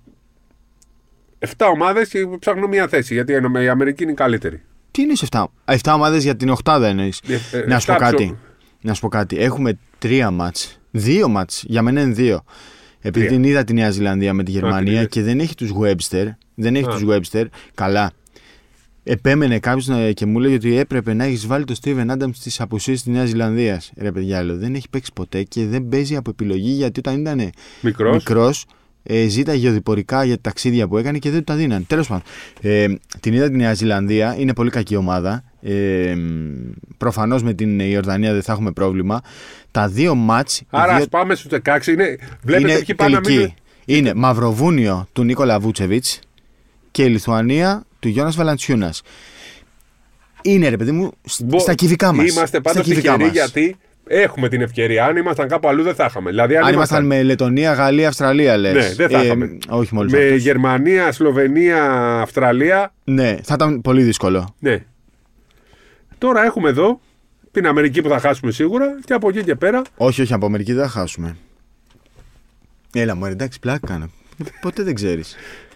Speaker 2: 7 ομάδε ψάχνουν μία θέση. Γιατί εννοούμε, η Αμερική είναι η καλύτερη.
Speaker 1: Τι είναι σε 7. 7 ομάδες για την 8 εννοείς.
Speaker 2: Ε, ε,
Speaker 1: Να σου πω
Speaker 2: εφτά
Speaker 1: κάτι.
Speaker 2: ψω-
Speaker 1: Να σου πω κάτι. Έχουμε τρία μάτ. Δύο μάτ. Για μένα είναι δύο. Επειδή
Speaker 2: Τρία.
Speaker 1: την είδα τη Νέα Ζηλανδία με τη Γερμανία
Speaker 2: είδες.
Speaker 1: και δεν έχει τους Webster. Δεν έχει
Speaker 2: Α.
Speaker 1: τους Webster. Καλά. Επέμενε κάποιος και μου λέει ότι έπρεπε να έχεις βάλει τον Steven Adams στι απουσίε της Νέας Ζηλανδίας. Ρε παιδιά, λέω, δεν έχει παίξει ποτέ και δεν παίζει από επιλογή γιατί όταν ήταν
Speaker 2: Μικρός.
Speaker 1: μικρός, ε, ζήταγε οδηπορικά για τα ταξίδια που έκανε και δεν του τα δίναν. Τέλος πάντων, ε, την είδα τη Νέα Ζηλανδία, είναι πολύ κακή ομάδα. Ε, Προφανώς με την Ιορδανία δεν θα έχουμε πρόβλημα. Τα δύο μάτ.
Speaker 2: Άρα ας πάμε στους 16. Είναι, βλέπετε
Speaker 1: είναι
Speaker 2: ποιοι πάνε να μείνουν.
Speaker 1: τελική. Είναι Μαυροβούνιο του Νίκολα Βούτσεβιτ και η Λιθουανία του Γιώνας Βαλαντσιούνας. Είναι ρε παιδί μου σ-
Speaker 2: Μπο-
Speaker 1: στα κυβικά μας.
Speaker 2: Είμαστε πάντα τυχεροί γιατί έχουμε την ευκαιρία. Αν ήμασταν κάπου αλλού δεν θα είχαμε. Δηλαδή, αν,
Speaker 1: Αν ήμασταν με Λετωνία, Γαλλία, Αυστραλία λες.
Speaker 2: Ναι, δεν θα είχαμε.
Speaker 1: όχι μόλι.
Speaker 2: με Γερμανία, Σλοβενία, Αυστραλία.
Speaker 1: Ναι, θα ήταν πολύ δύσκολο.
Speaker 2: Ναι. Τώρα έχουμε εδώ την Αμερική που θα χάσουμε σίγουρα και από εκεί και πέρα
Speaker 1: Όχι, όχι, από Αμερική δεν θα χάσουμε. Έλα, μου εντάξει, πλάκα κάνω. Ποτέ δεν ξέρεις.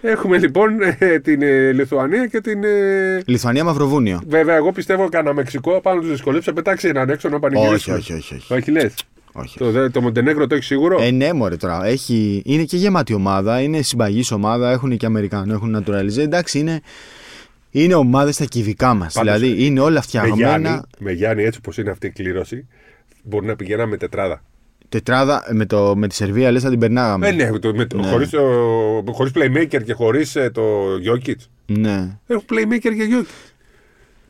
Speaker 2: Έχουμε λοιπόν ε, την ε, Λιθουανία και την. ε,
Speaker 1: Λιθουανία Μαυροβούνιο.
Speaker 2: Βέβαια, εγώ πιστεύω κανένα Μεξικό πάνω τους δυσκολέψει. Πετάξει έναν έξω να
Speaker 1: Όχι,
Speaker 2: πανηγυρίσει.
Speaker 1: όχι, όχι. όχι,
Speaker 2: Όχι, λες.
Speaker 1: όχι.
Speaker 2: Το, δε- το Μοντενέγκρο το έχεις σίγουρο.
Speaker 1: Ε, ναι, μωρέ τώρα. Έχει... Είναι και γεμάτη ομάδα. Είναι συμπαγής ομάδα. Έχουν και Αμερικανό. Έχουν naturalize. Εντάξει, είναι, είναι ομάδες στα κυβικά μας.
Speaker 2: Πάντως, ε,
Speaker 1: Δηλαδή είναι όλα
Speaker 2: με, Γιάννη,
Speaker 1: φτιαγμένα.
Speaker 2: με Γιάννη, έτσι όπως είναι αυτή η κλήρωση, μπορεί να πηγαίναμε τετράδα.
Speaker 1: Τετράδα με, το, με τη Σερβία λες θα την περνάγαμε.
Speaker 2: Ε, ναι, το, με, το,
Speaker 1: Ναι.
Speaker 2: χωρίς, το- χωρίς playmaker και χωρίς το Jokic.
Speaker 1: ναι.
Speaker 2: Έχουν playmaker και Jokic.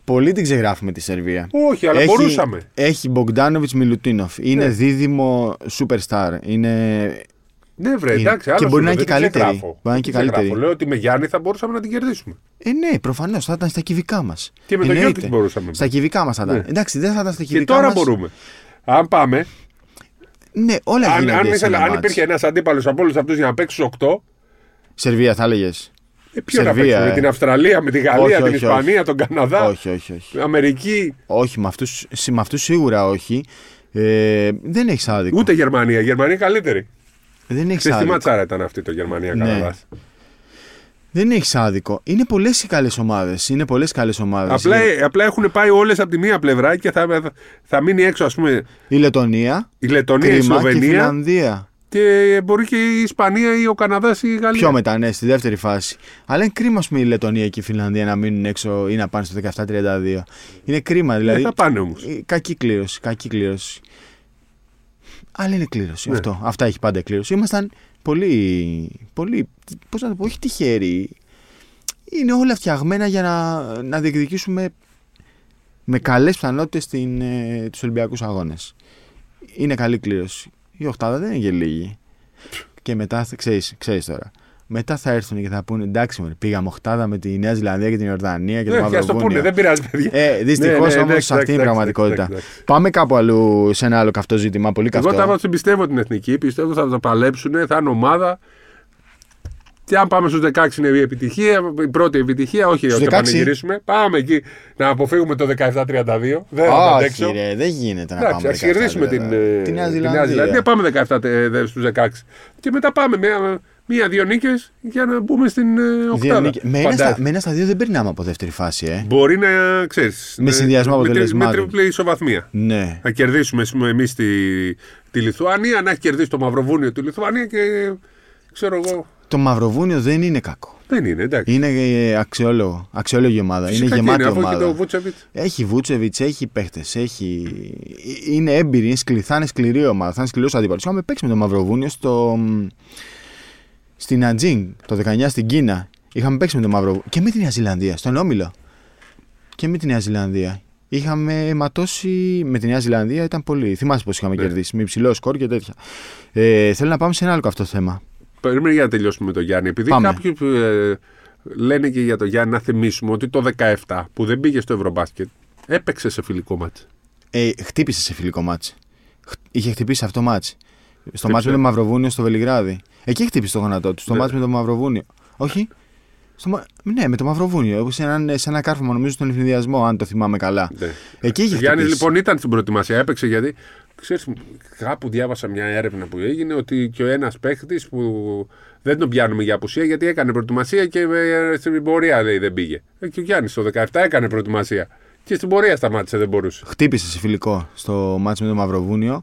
Speaker 1: Πολύ την ξεγράφουμε τη Σερβία.
Speaker 2: Όχι, αλλά μπορούσαμε.
Speaker 1: Έχει Μπογκδάνοβιτ Μιλουτίνοφ. Είναι δίδυμο superstar. Είναι
Speaker 2: Ναι, βρε,
Speaker 1: Είναι.
Speaker 2: εντάξει,
Speaker 1: Και
Speaker 2: άλλο
Speaker 1: μπορεί να
Speaker 2: σου
Speaker 1: είναι και
Speaker 2: λέω, δεν
Speaker 1: καλύτερη.
Speaker 2: ξεγράφω.
Speaker 1: Μπορεί να είναι και
Speaker 2: Δεν ξεγράφω.
Speaker 1: καλύτερη.
Speaker 2: Λέω ότι με Γιάννη θα μπορούσαμε να την κερδίσουμε.
Speaker 1: Ε, ναι, προφανώς θα ήταν στα κυβικά μας.
Speaker 2: Και με το Jokic μπορούσαμε.
Speaker 1: Στα κυβικά μας θα ήταν.
Speaker 2: Ναι.
Speaker 1: Εντάξει, δεν θα ήταν στα
Speaker 2: Και
Speaker 1: κυβικά
Speaker 2: τώρα
Speaker 1: μας.
Speaker 2: μπορούμε. Αν πάμε,
Speaker 1: Ναι, όλα
Speaker 2: αν,
Speaker 1: γίνονται.
Speaker 2: αν,
Speaker 1: σε
Speaker 2: ήθελα,
Speaker 1: ένα
Speaker 2: αν
Speaker 1: μάτς.
Speaker 2: υπήρχε ένας αντίπαλος από όλους αυτούς για να παίξει 8,
Speaker 1: Σερβία, θα έλεγες.
Speaker 2: ε, ποιο να
Speaker 1: Σερβία,
Speaker 2: παίξει.
Speaker 1: ε.
Speaker 2: Με την Αυστραλία, με τη Γαλλία,
Speaker 1: Όχι,
Speaker 2: την
Speaker 1: όχι,
Speaker 2: Ισπανία, τον Καναδά,
Speaker 1: Όχι, όχι, όχι.
Speaker 2: Αμερική,
Speaker 1: Όχι, με αυτούς με αυτούς σίγουρα όχι. Ε, δεν έχεις άδικο.
Speaker 2: ούτε Γερμανία. Γερμανία καλύτερη.
Speaker 1: Δεν έχεις
Speaker 2: Ξέρεις τι
Speaker 1: άδικο.
Speaker 2: ματσάρα ήταν αυτή το
Speaker 1: Ναι.
Speaker 2: Γερμανία-Καναδά.
Speaker 1: Δεν έχεις άδικο. Είναι πολλές οι καλές ομάδες. Είναι πολλές καλές ομάδες.
Speaker 2: Απλά, ε, απλά έχουν πάει όλες από τη μία πλευρά και θα, θα, θα μείνει έξω, ας πούμε,
Speaker 1: Η Λετωνία,
Speaker 2: η Λετωνία, η
Speaker 1: κρίμα και η
Speaker 2: Σλοβενία
Speaker 1: Φιλανδία.
Speaker 2: και μπορεί και η Ισπανία ή ο Καναδάς ή η Γαλλία. Ε,
Speaker 1: Πιο μετά, ναι, στη δεύτερη φάση. Αλλά είναι κρίμα, ας πούμε, η Λετωνία και η Φιλανδία να μείνουν έξω ή να πάνε στο 17-32. Είναι κρίμα,
Speaker 2: Ε,
Speaker 1: δηλαδή.
Speaker 2: θα πάνε όμως.
Speaker 1: Ε, Κακή κλήρωση, κακή κλήρωση. Αλλά είναι κλήρωση.
Speaker 2: Ναι.
Speaker 1: Αυτό. Αυτά έχει πάντα κλήρωση. Ήμασταν πολύ. πολύ Πώς να το πω, όχι τυχαίροι. Είναι όλα φτιαγμένα για να, να διεκδικήσουμε με καλές πιθανότητες ε, τους Ολυμπιακούς Αγώνες. Είναι καλή κλήρωση. Η Οχτάδα δεν είναι και λίγη. Και μετά, ξέρεις ξέρεις τώρα. Μετά θα έρθουν και θα πούνε εντάξει, μωρέ, πήγαμε οχτάδα με τη Νέα Ζηλανδία και την Ιορδανία και
Speaker 2: Ναι,
Speaker 1: το
Speaker 2: ας το πούνε,
Speaker 1: Μαυροβούνιο.
Speaker 2: δεν πειράζει, παιδιά.
Speaker 1: Ε, δυστυχώς
Speaker 2: Ναι, ναι,
Speaker 1: όμως αυτή
Speaker 2: εντάξει,
Speaker 1: είναι η
Speaker 2: εντάξει,
Speaker 1: πραγματικότητα.
Speaker 2: εντάξει, εντάξει.
Speaker 1: Πάμε κάπου αλλού σε ένα άλλο καυτό ζήτημα, πολύ
Speaker 2: Εγώ τα
Speaker 1: καυτό.
Speaker 2: βάζω, πιστεύω την εθνική. Πιστεύω θα τα παλέψουν, θα είναι ομάδα. Και αν πάμε στους 16 είναι η επιτυχία, η πρώτη επιτυχία, όχι
Speaker 1: Στους
Speaker 2: ότι
Speaker 1: 16.
Speaker 2: πανηγυρίσουμε. Πάμε εκεί να αποφύγουμε το 17-32. Δεν θα ε, τα
Speaker 1: Όχι,
Speaker 2: αντέξω.
Speaker 1: ρε, δεν γίνεται να
Speaker 2: Εντάξει,
Speaker 1: πάμε.
Speaker 2: ας
Speaker 1: 17
Speaker 2: κερδίσουμε
Speaker 1: τώρα.
Speaker 2: την, ε,
Speaker 1: Τη Νέα
Speaker 2: τη
Speaker 1: Ζηλανδία.
Speaker 2: Πάμε 17 στου 16. Και μετά πάμε μία- μία-δύο νίκες για να μπούμε στην ε,
Speaker 1: Δύο
Speaker 2: οκτάδα.
Speaker 1: νίκες. Με ένα στα-
Speaker 2: Φαντάζομαι.
Speaker 1: με ένα στα δύο δεν περνάμε από δεύτερη φάση, ε.
Speaker 2: Μπορεί να ξέρεις ε,
Speaker 1: Με συνδυασμό
Speaker 2: με τρι-
Speaker 1: αποτελεσμάτων.
Speaker 2: Με τριπλή ισοβαθμία.
Speaker 1: Ναι.
Speaker 2: Να κερδίσουμε εμείς τη, τη Λιθουανία, να έχει κερδίσει το Μαυροβούνιο τη Λιθουανία και ξέρω εγώ.
Speaker 1: Το Μαυροβούνιο δεν είναι κακό.
Speaker 2: Δεν είναι, εντάξει.
Speaker 1: Είναι ε, αξιόλογο. Αξιόλογη ομάδα.
Speaker 2: Φυσικά και
Speaker 1: είναι γεμάτη
Speaker 2: αφού
Speaker 1: ομάδα.
Speaker 2: και το Βούτσεβιτ.
Speaker 1: Έχει Βούτσεβιτ, έχει παίχτες, έχει... είναι έμπειρη, είναι σκληρή, θα είναι σκληρή ομάδα, θα είναι σκληρός αντίπαλος. Είχαμε παίξει με το Μαυροβούνιο στο... στην Ατζίνγκ το 19 στην Κίνα. Είχαμε παίξει με το Μαυροβούνιο και με τη Νέα Ζηλανδία, στον Όμιλο. Και με τη Νέα Ζηλανδία. Είχαμε ματώσει με τη Νέα Ζηλανδία, ήταν πολύ. Θυμάσαι πώς είχαμε
Speaker 2: Ναι.
Speaker 1: κερδίσει, με υψηλό σκορ και τέτοια. Ε, θέλω να πάμε σε ένα άλλο αυτό θέμα.
Speaker 2: Περίμενε για να τελειώσουμε με τον Γιάννη. Επειδή
Speaker 1: Πάμε.
Speaker 2: κάποιοι ε, λένε και για τον Γιάννη να θυμίσουμε ότι το 17 που δεν πήγε στο Ευρωμπάσκετ έπαιξε σε φιλικό μάτς.
Speaker 1: Ε, χτύπησε σε φιλικό μάτσι. Είχε χτυπήσει αυτό μάτσι. Στο
Speaker 2: Χτύπησε.
Speaker 1: μάτσι με το Μαυροβούνιο στο Βελιγράδι. Εκεί χτύπησε το γόνατό του. Στο
Speaker 2: Ναι.
Speaker 1: μάτσι με το Μαυροβούνιο. Όχι. Στο, μα- ναι, με το Μαυροβούνιο. Σε έναν, σε ένα κάρφωμα, νομίζω, στον ευνηδιασμό, αν το θυμάμαι καλά.
Speaker 2: Ναι.
Speaker 1: Εκεί είχε
Speaker 2: Ο Γιάννης
Speaker 1: χτυπήσει.
Speaker 2: λοιπόν ήταν στην προετοιμασία, έπαιξε γιατί. Ξέρεις, κάπου διάβασα μια έρευνα που έγινε ότι και ο ένας παίχτης που δεν τον πιάνουμε για απουσία γιατί έκανε προετοιμασία και ε, στην πορεία λέει, δεν πήγε. Ε, Και ο Γιάννης το 17 έκανε προετοιμασία. Και στην πορεία σταμάτησε, δεν μπορούσε.
Speaker 1: Χτύπησε σε φιλικό στο μάτσι με το Μαυροβούνιο.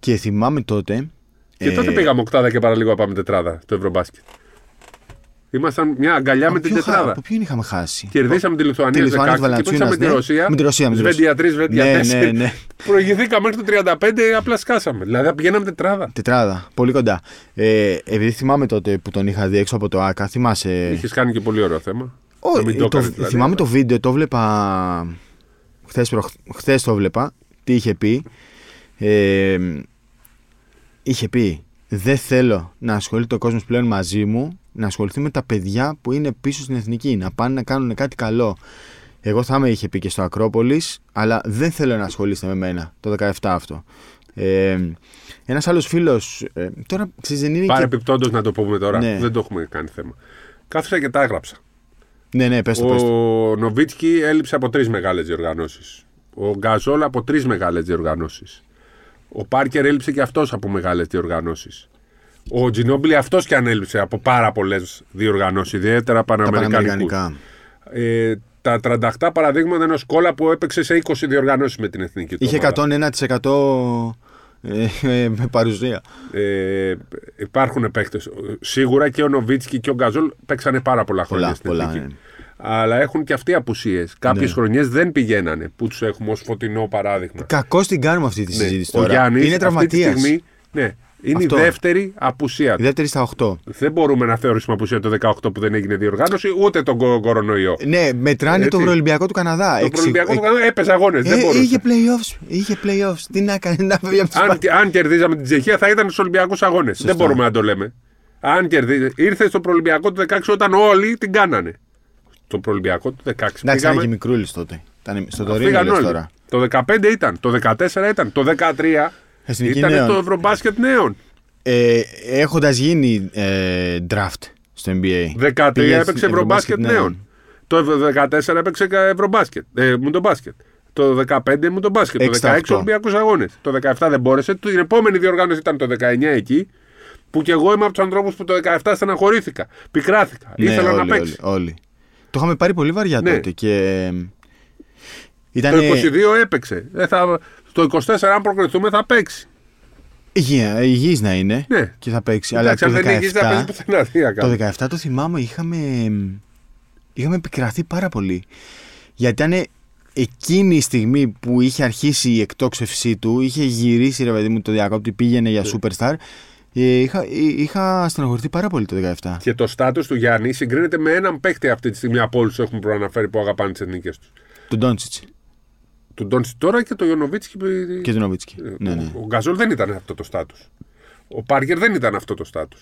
Speaker 1: Και θυμάμαι τότε. ε,
Speaker 2: Και τότε πήγαμε οκτάδα και παραλίγο να πάμε τετράδα το Ευρωμπάσκετ. Ήμασταν μια αγκαλιά με την
Speaker 1: ποιον χα-
Speaker 2: τετράδα.
Speaker 1: Από ποιον είχαμε χάσει.
Speaker 2: Κερδίσαμε τη
Speaker 1: Τη
Speaker 2: Λιθουανία 16
Speaker 1: Λιθουανία, τη
Speaker 2: και
Speaker 1: Βαλαντσιούνας,
Speaker 2: πούσαμε τη
Speaker 1: ναι.
Speaker 2: Ρωσία.
Speaker 1: Με τη Ρωσία, με τη Ρωσία.
Speaker 2: Σβέντια 3, Σβέντια
Speaker 1: Ναι,
Speaker 2: 4.
Speaker 1: ναι, ναι.
Speaker 2: Προηγηθήκαμε μέχρι το 35, απλά σκάσαμε. Δηλαδή θα πηγαίναμε τετράδα.
Speaker 1: Τετράδα, πολύ κοντά. Ε, επειδή θυμάμαι τότε που τον είχα δει έξω από το ΑΚΑ, θυμάσαι.
Speaker 2: Είχες κάνει και πολύ ωραίο θέμα. Να
Speaker 1: Ε. Όχι, ε,
Speaker 2: μην
Speaker 1: το,
Speaker 2: έκανες, δηλαδή.
Speaker 1: θυμάμαι το βίντεο, το βλέπα χθες, προχ... χθες το βλέπα, τι είχε πει. Ε, είχε πει, δεν θέλω να ασχολείται ο κόσμος πλέον μαζί μου, να ασχοληθεί με τα παιδιά που είναι πίσω στην εθνική, να πάνε να κάνουν κάτι καλό. Εγώ θα με είχε πει και στο Ακρόπολης, αλλά δεν θέλω να ασχολείστε με μένα, το 17 αυτό. Ε, ένας άλλος φίλος, ε, τώρα ξέρεις δεν είναι και...
Speaker 2: Παρεπιπτόντω να το πούμε τώρα.
Speaker 1: Ναι.
Speaker 2: Δεν το έχουμε κάνει θέμα. Κάθισα και τα έγραψα.
Speaker 1: Ναι, ναι, πες το, πες το.
Speaker 2: Ο Νοβίτσκι έλειψε από τρεις μεγάλες διοργανώσεις. Ο Γκαζόλ από τρεις μεγάλες διοργανώσεις. Ο Πάρκερ έλειψε και αυτός από μεγάλες διοργανώσεις. Ο Τζινόμπιλι αυτός και αν έλειψε από πάρα πολλές διοργανώσεις, ιδιαίτερα
Speaker 1: Τα
Speaker 2: παναμερικανικούς.
Speaker 1: Παναμερικανικά.
Speaker 2: Ε, τα 38 παραδείγματα ενό κόλλα που έπαιξε σε 20 διοργανώσεις με την εθνική του.
Speaker 1: Είχε
Speaker 2: ομάδα.
Speaker 1: 101% ε, ε, με παρουσία.
Speaker 2: Ε, υπάρχουν παίκτες. Σίγουρα και ο Νοβίτσκι και ο Γκαζόλ παίξανε πάρα πολλά χρόνια
Speaker 1: Πολλά,
Speaker 2: στην
Speaker 1: πολλά.
Speaker 2: εθνική.
Speaker 1: ναι.
Speaker 2: Αλλά έχουν και αυτοί απουσίες. Κάποιες
Speaker 1: Ναι.
Speaker 2: χρονιές δεν πηγαίνανε που τους έχουμε ως φωτεινό παράδειγμα.
Speaker 1: Κακό την κάνουμε αυτή τη
Speaker 2: Ναι.
Speaker 1: συζήτηση
Speaker 2: Ο
Speaker 1: τώρα.
Speaker 2: Γιάννης
Speaker 1: είναι τραυματία.
Speaker 2: Αυτή τη στιγμή, ναι, είναι
Speaker 1: Αυτό.
Speaker 2: η δεύτερη απουσία
Speaker 1: Η
Speaker 2: του.
Speaker 1: δεύτερη στα 8.
Speaker 2: Δεν μπορούμε να θεωρήσουμε απουσία το 18 που δεν έγινε διοργάνωση, ούτε τον κο- κορονοϊό.
Speaker 1: Ναι, μετράνε
Speaker 2: Έτσι.
Speaker 1: το προελπιακό του Καναδά.
Speaker 2: Το
Speaker 1: Εξι-
Speaker 2: Ολυμπιακό
Speaker 1: ε,
Speaker 2: του Καναδά έπαιζε αγώνες. δεν
Speaker 1: ε,
Speaker 2: μπορούσε.
Speaker 1: είχε playoffs. Είχε playoffs. Τι να κάνει, να φεύγει από τις
Speaker 2: αν,
Speaker 1: πα-
Speaker 2: αν κερδίζαμε την Τσεχία θα ήταν στους Ολυμπιακούς Αγώνες. Δεν μπορούμε να το λέμε. Αν κερδίζει. Ήρθε στο Προελπιακό του 16 όταν όλοι την κάνανε. Στο Προελπιακό του 16.
Speaker 1: Εντάξει, ήταν και
Speaker 2: πήγαμε,
Speaker 1: μικρούλης τότε. Ήταν στο Τωρίνο
Speaker 2: πήγαν
Speaker 1: λες
Speaker 2: όλοι.
Speaker 1: τώρα.
Speaker 2: Το 15 ήταν, το 14 ήταν, το 13
Speaker 1: Εθνική
Speaker 2: ήταν
Speaker 1: νέων.
Speaker 2: το Ευρωμπάσκετ νέων.
Speaker 1: Ε, Έχοντας γίνει ε, draft στο NBA.
Speaker 2: 13
Speaker 1: Πήγες
Speaker 2: έπαιξε
Speaker 1: στην
Speaker 2: Ευρωμπάσκετ
Speaker 1: ναι.
Speaker 2: νέων. Το 14 έπαιξε Ευρωμπάσκετ. Ε, μου τον μπάσκετ. Το 15 μου τον μπάσκετ. Το 16
Speaker 1: 68.
Speaker 2: Ολυμπιακούς Αγώνες. Το 17 δεν μπόρεσε. Την επόμενη διοργάνωση ήταν το 19 εκεί. Που κι εγώ είμαι από τους ανθρώπους που το 17 στεναχωρήθηκα. Πικράθηκα.
Speaker 1: Ναι,
Speaker 2: Ήθελα
Speaker 1: όλοι,
Speaker 2: να παίξει.
Speaker 1: Όλοι, όλοι. Το είχαμε πάρει πολύ βαριά
Speaker 2: Ναι.
Speaker 1: τότε. Και... ε, Ήτανε...
Speaker 2: Το 22 έπαιξε. Ε, θα... Το 24, αν προκριθούμε, θα παίξει.
Speaker 1: Υγεία, υγιής να είναι
Speaker 2: Ναι.
Speaker 1: και θα παίξει.
Speaker 2: Εντάξει, αν
Speaker 1: Αλλά το
Speaker 2: δεν νικήσει, θα
Speaker 1: 17,
Speaker 2: παίζει πουθενά. Τι να κάνει.
Speaker 1: το 17 το θυμάμαι είχαμε, είχαμε επικραθεί πάρα πολύ. Γιατί ήταν εκείνη η στιγμή που είχε αρχίσει η εκτόξευσή του, είχε γυρίσει ρε παιδί μου το διακόπτη, πήγαινε
Speaker 2: Ναι.
Speaker 1: για Superstar. ε, Είχα, εί- είχα στενοχωρηθεί πάρα πολύ το 17.
Speaker 2: Και το στάτους του Γιάννη συγκρίνεται με έναν παίκτη αυτή τη στιγμή από όλους που έχουμε προαναφέρει που αγαπάνε τις εθνικές τους.
Speaker 1: Τον Ντόντσιτς
Speaker 2: Τον Τόντσι τώρα και τον Ιωνοβίτσκι.
Speaker 1: και τον Νοβίτσκι.
Speaker 2: Ε,
Speaker 1: Ναι,
Speaker 2: ο-
Speaker 1: ναι.
Speaker 2: Ο Γκαζόλ δεν ήταν αυτό το στάτους. Ο Πάρκερ δεν ήταν αυτό το στάτους.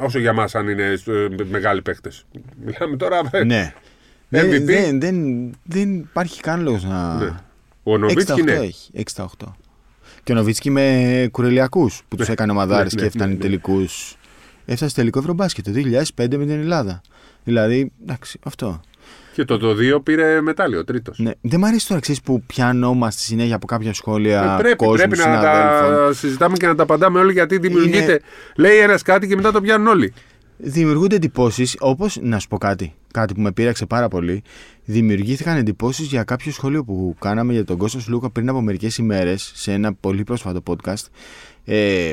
Speaker 2: Όσο για μας αν είναι ε, μεγάλοι παίκτες. Μιλάμε τώρα.
Speaker 1: Ναι.
Speaker 2: ε, MVP.
Speaker 1: Δεν, δεν, δεν, δεν υπάρχει καν λόγος να.
Speaker 2: Ναι. Ο Νοβίτσκι
Speaker 1: 68
Speaker 2: ναι.
Speaker 1: έχει. 68. Και ο Νοβίτσκι με κουρελιακούς που τους έκανε ομαδάρε
Speaker 2: Ναι, ναι,
Speaker 1: και έφτανε
Speaker 2: ναι, ναι.
Speaker 1: τελικούς. Έφτασε τελικό Ευρωμπάσκετ το 2005 με την Ελλάδα. Δηλαδή, εντάξει, αυτό.
Speaker 2: Και το το 2 πήρε μετάλλιο, τρίτος.
Speaker 1: Ναι. Δεν μ' αρέσει τώρα ξέρεις που πιανόμαστε στη συνέχεια από κάποια σχόλια.
Speaker 2: Ε, πρέπει,
Speaker 1: κόσμου,
Speaker 2: πρέπει να
Speaker 1: συναδέλφων.
Speaker 2: τα συζητάμε και να τα απαντάμε όλοι γιατί δημιουργείται.
Speaker 1: Είναι-
Speaker 2: Λέει ένας κάτι και μετά το πιάνουν όλοι.
Speaker 1: Δημιουργούνται εντυπώσεις, όπως να σου πω κάτι, κάτι που με πείραξε πάρα πολύ. Δημιουργήθηκαν εντυπώσεις για κάποιο σχόλιο που κάναμε για τον Κώστας Σλούκα πριν από μερικές ημέρες σε ένα πολύ πρόσφατο podcast. Ε,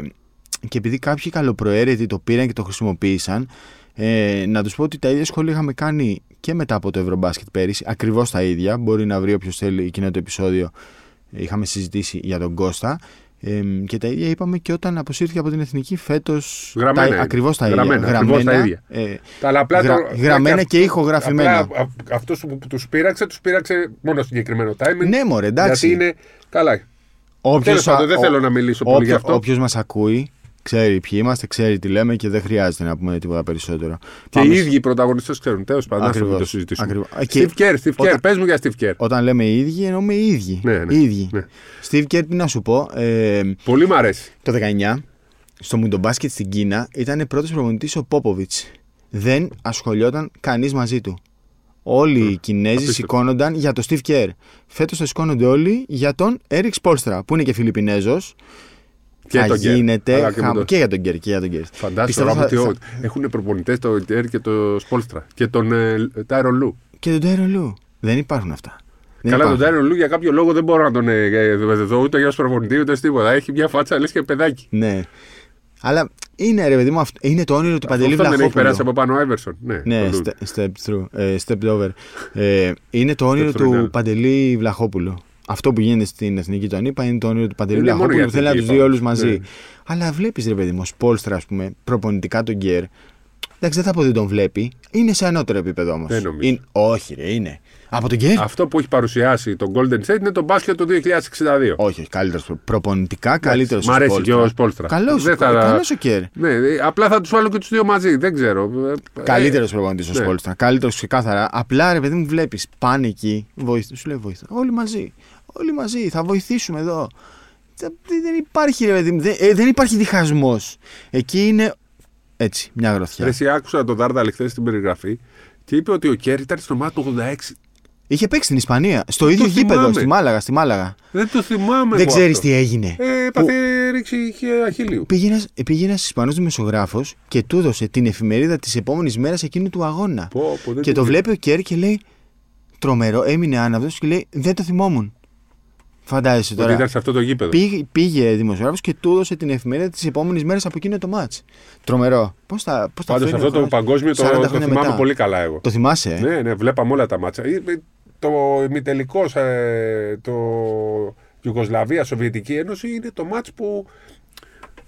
Speaker 1: και επειδή κάποιοι καλοπροαίρετοι το πήραν και το χρησιμοποίησαν, ε, να τους πω ότι τα ίδια σχόλια είχαμε κάνει και μετά από το Ευρωμπάσκετ πέρυσι. Ακριβώς τα ίδια. Μπορεί να βρει όποιος θέλει εκείνο το επεισόδιο. Ε, Είχαμε συζητήσει για τον Κώστα. Ε, και τα ίδια είπαμε και όταν αποσύρθηκε από την εθνική φέτος.
Speaker 2: Γραμμένα είναι.
Speaker 1: Ακριβώς τα ίδια.
Speaker 2: Γραμμένα, ακριβώς τα ίδια.
Speaker 1: ε,
Speaker 2: Τα αλλά απλά
Speaker 1: γρα-
Speaker 2: το-
Speaker 1: γραμμένα
Speaker 2: αυ-
Speaker 1: και ηχογραφημένα.
Speaker 2: Απλά α- αυτός που, που τους πείραξε, τους πείραξε μόνο συγκεκριμένο timing.
Speaker 1: Ναι, μωρέ, εντάξει.
Speaker 2: Γιατί είναι. Καλά. Τέλος
Speaker 1: Όποιος, α-
Speaker 2: πάντων, δεν
Speaker 1: ο-
Speaker 2: θέλω να μιλήσω πολύ γι' αυτό.
Speaker 1: Όποιος μας ακούει, ξέρει ποιοι είμαστε, ξέρει τι λέμε και δεν χρειάζεται να πούμε τίποτα περισσότερο.
Speaker 2: Και
Speaker 1: Πάμε
Speaker 2: οι ίδιοι οι πρωταγωνιστές ξέρουν. Τέλος πάντων, ας το μην το
Speaker 1: Ακριβώς.
Speaker 2: συζητήσουμε.
Speaker 1: Ακριβώς. Ε,
Speaker 2: Steve
Speaker 1: Και-
Speaker 2: Kerr, Steve Kerr.
Speaker 1: όταν-
Speaker 2: Πες μου για Steve Kerr.
Speaker 1: Όταν λέμε οι ίδιοι, εννοούμε οι ίδιοι.
Speaker 2: Ναι, ναι,
Speaker 1: οι ίδιοι.
Speaker 2: ναι.
Speaker 1: Steve Kerr, τι να σου πω, ε,
Speaker 2: Πολύ μ' αρέσει.
Speaker 1: το 19, στο Μουντομπάσκετ στην Κίνα, ήταν πρώτος προπονητής ο Πόποβιτ. Δεν ασχολιόταν κανείς μαζί του. Όλοι οι Κινέζοι
Speaker 2: απίστευτο.
Speaker 1: σηκώνονταν για τον Steve Kerr. Φέτο θα σηκώνονται όλοι για τον Eric Spolstra, που είναι και Φιλιππινέζος.
Speaker 2: Και
Speaker 1: θα
Speaker 2: τον Kerr.
Speaker 1: γίνεται
Speaker 2: Αλλά και με
Speaker 1: χαμ-
Speaker 2: τον-
Speaker 1: και για τον Kerr. Και για τον Kerr.
Speaker 2: Φαντάζομαι
Speaker 1: Πιστεύω
Speaker 2: τώρα
Speaker 1: θα-
Speaker 2: ότι
Speaker 1: θα-
Speaker 2: ο- έχουν προπονητές το Kerr και το Σπόλστρα και τον ε, Τάιρον Λου.
Speaker 1: Και τον Τάιρον Λου. Δεν υπάρχουν αυτά. Δεν
Speaker 2: Καλά, τον
Speaker 1: Ναι, υπάρχουν.
Speaker 2: Τάιρον Λου για κάποιο λόγο δεν μπορώ να τον ε, ε, δω ούτε για προπονητή ούτε σε τίποτα. Έχει μια φάτσα λες και παιδάκι.
Speaker 1: Ναι. Αλλά είναι ρε παιδί μου, αυτό- είναι το όνειρο του Παντελή
Speaker 2: Αυτό δεν έχει
Speaker 1: Βλαχόπουλου.
Speaker 2: περάσει από πάνω ο Άιβερσον. Ναι,
Speaker 1: Ναι,
Speaker 2: τον Λου.
Speaker 1: ste- step through, ε, step over. Ε, είναι το όνειρο
Speaker 2: Step through, ναι.
Speaker 1: του Παντελή Βλαχόπουλου. Αυτό που γίνεται στην Εθνική τον είπα είναι το όνειρο του Παντελή
Speaker 2: Είναι μόνο
Speaker 1: Βλαχόπουλου
Speaker 2: για
Speaker 1: που θέλει να
Speaker 2: Εθνική,
Speaker 1: τους δει
Speaker 2: είπαμε.
Speaker 1: όλου μαζί.
Speaker 2: Ναι.
Speaker 1: Αλλά βλέπεις ρε παιδί μου, Σπόλστρα, ας πούμε, προπονητικά τον Γκέρ. Εντάξει, δεν θα πω ότι τον βλέπει. Είναι σε ανώτερο επίπεδο όμως.
Speaker 2: Δεν νομίζω.
Speaker 1: Όχι, ρε, είναι. Από τον Γκέρ.
Speaker 2: Αυτό που έχει παρουσιάσει το Golden State είναι το μπάσκετ του 2062.
Speaker 1: Όχι, όχι, καλύτερος. Προπονητικά καλύτερος.
Speaker 2: Μ' αρέσει και ο Σπόλστρα.
Speaker 1: Καλός
Speaker 2: Δεν θα-
Speaker 1: ο Κέρ.
Speaker 2: Ναι, ε, απλά θα τους βάλω και τους δύο μαζί. Δεν ξέρω. Ε,
Speaker 1: Καλύτερος προπονητή ο
Speaker 2: ναι.
Speaker 1: Σπόλστρα. Καλύτερος ξεκάθαρα. Απλά ρε παιδί μου, βλέπεις πάνε εκεί. Βοήθη, σου λέει βοήθα. Όλοι μαζί. Όλοι μαζί. Θα βοηθήσουμε εδώ. Δε- Δεν υπάρχει ρε παιδί μου. Δεν, ε, δεν υπάρχει διχασμός. Εκεί είναι έτσι, μια
Speaker 2: ε,
Speaker 1: γροθιά.
Speaker 2: ρε, εσύ άκουσα τον Δάρδαλη χθες στην περιγραφή και είπε ότι ο Κέρ ήταν στο μάτι του 86.
Speaker 1: Είχε παίξει στην Ισπανία. Στο ίδιο
Speaker 2: θυμάμαι.
Speaker 1: γήπεδο. Στη Μάλαγα. Στη Μάλαγα.
Speaker 2: Δεν το θυμάμαι.
Speaker 1: δεν
Speaker 2: εγώ
Speaker 1: ξέρεις
Speaker 2: αυτό.
Speaker 1: τι έγινε.
Speaker 2: Ε, έπαθε ρίξη και αχίλιου.
Speaker 1: Πήγε ένα Ισπανό δημοσιογράφο και του έδωσε την εφημερίδα της επόμενης μέρας εκείνου του αγώνα.
Speaker 2: Πω, πω, δεν
Speaker 1: και
Speaker 2: το
Speaker 1: το βλέπει ο Κέρ και λέει τρομερό, έμεινε άναυδος και λέει Δεν το θυμόμουν. Φαντάζεσαι
Speaker 2: Ότι
Speaker 1: τώρα.
Speaker 2: ήταν σε αυτό το γήπεδο.
Speaker 1: Πήγε, πήγε δημοσιογράφος και του έδωσε την εφημερίδα τι επόμενε μέρε από εκείνο το μάτ. Τρομερό. Πώς τα πώς τα
Speaker 2: Πάντω
Speaker 1: φέρνει
Speaker 2: αυτό
Speaker 1: ο
Speaker 2: το
Speaker 1: χρόνος.
Speaker 2: παγκόσμιο το,
Speaker 1: 40
Speaker 2: το
Speaker 1: χρόνια
Speaker 2: θυμάμαι
Speaker 1: μετά.
Speaker 2: πολύ καλά εγώ.
Speaker 1: Το θυμάσαι. ε?
Speaker 2: Ναι, ναι, βλέπαμε όλα τα μάτσα. Ε, ε, Το ημιτελικός ε, το Ιουγκοσλαβία Σοβιετική Ένωση είναι το μάτς που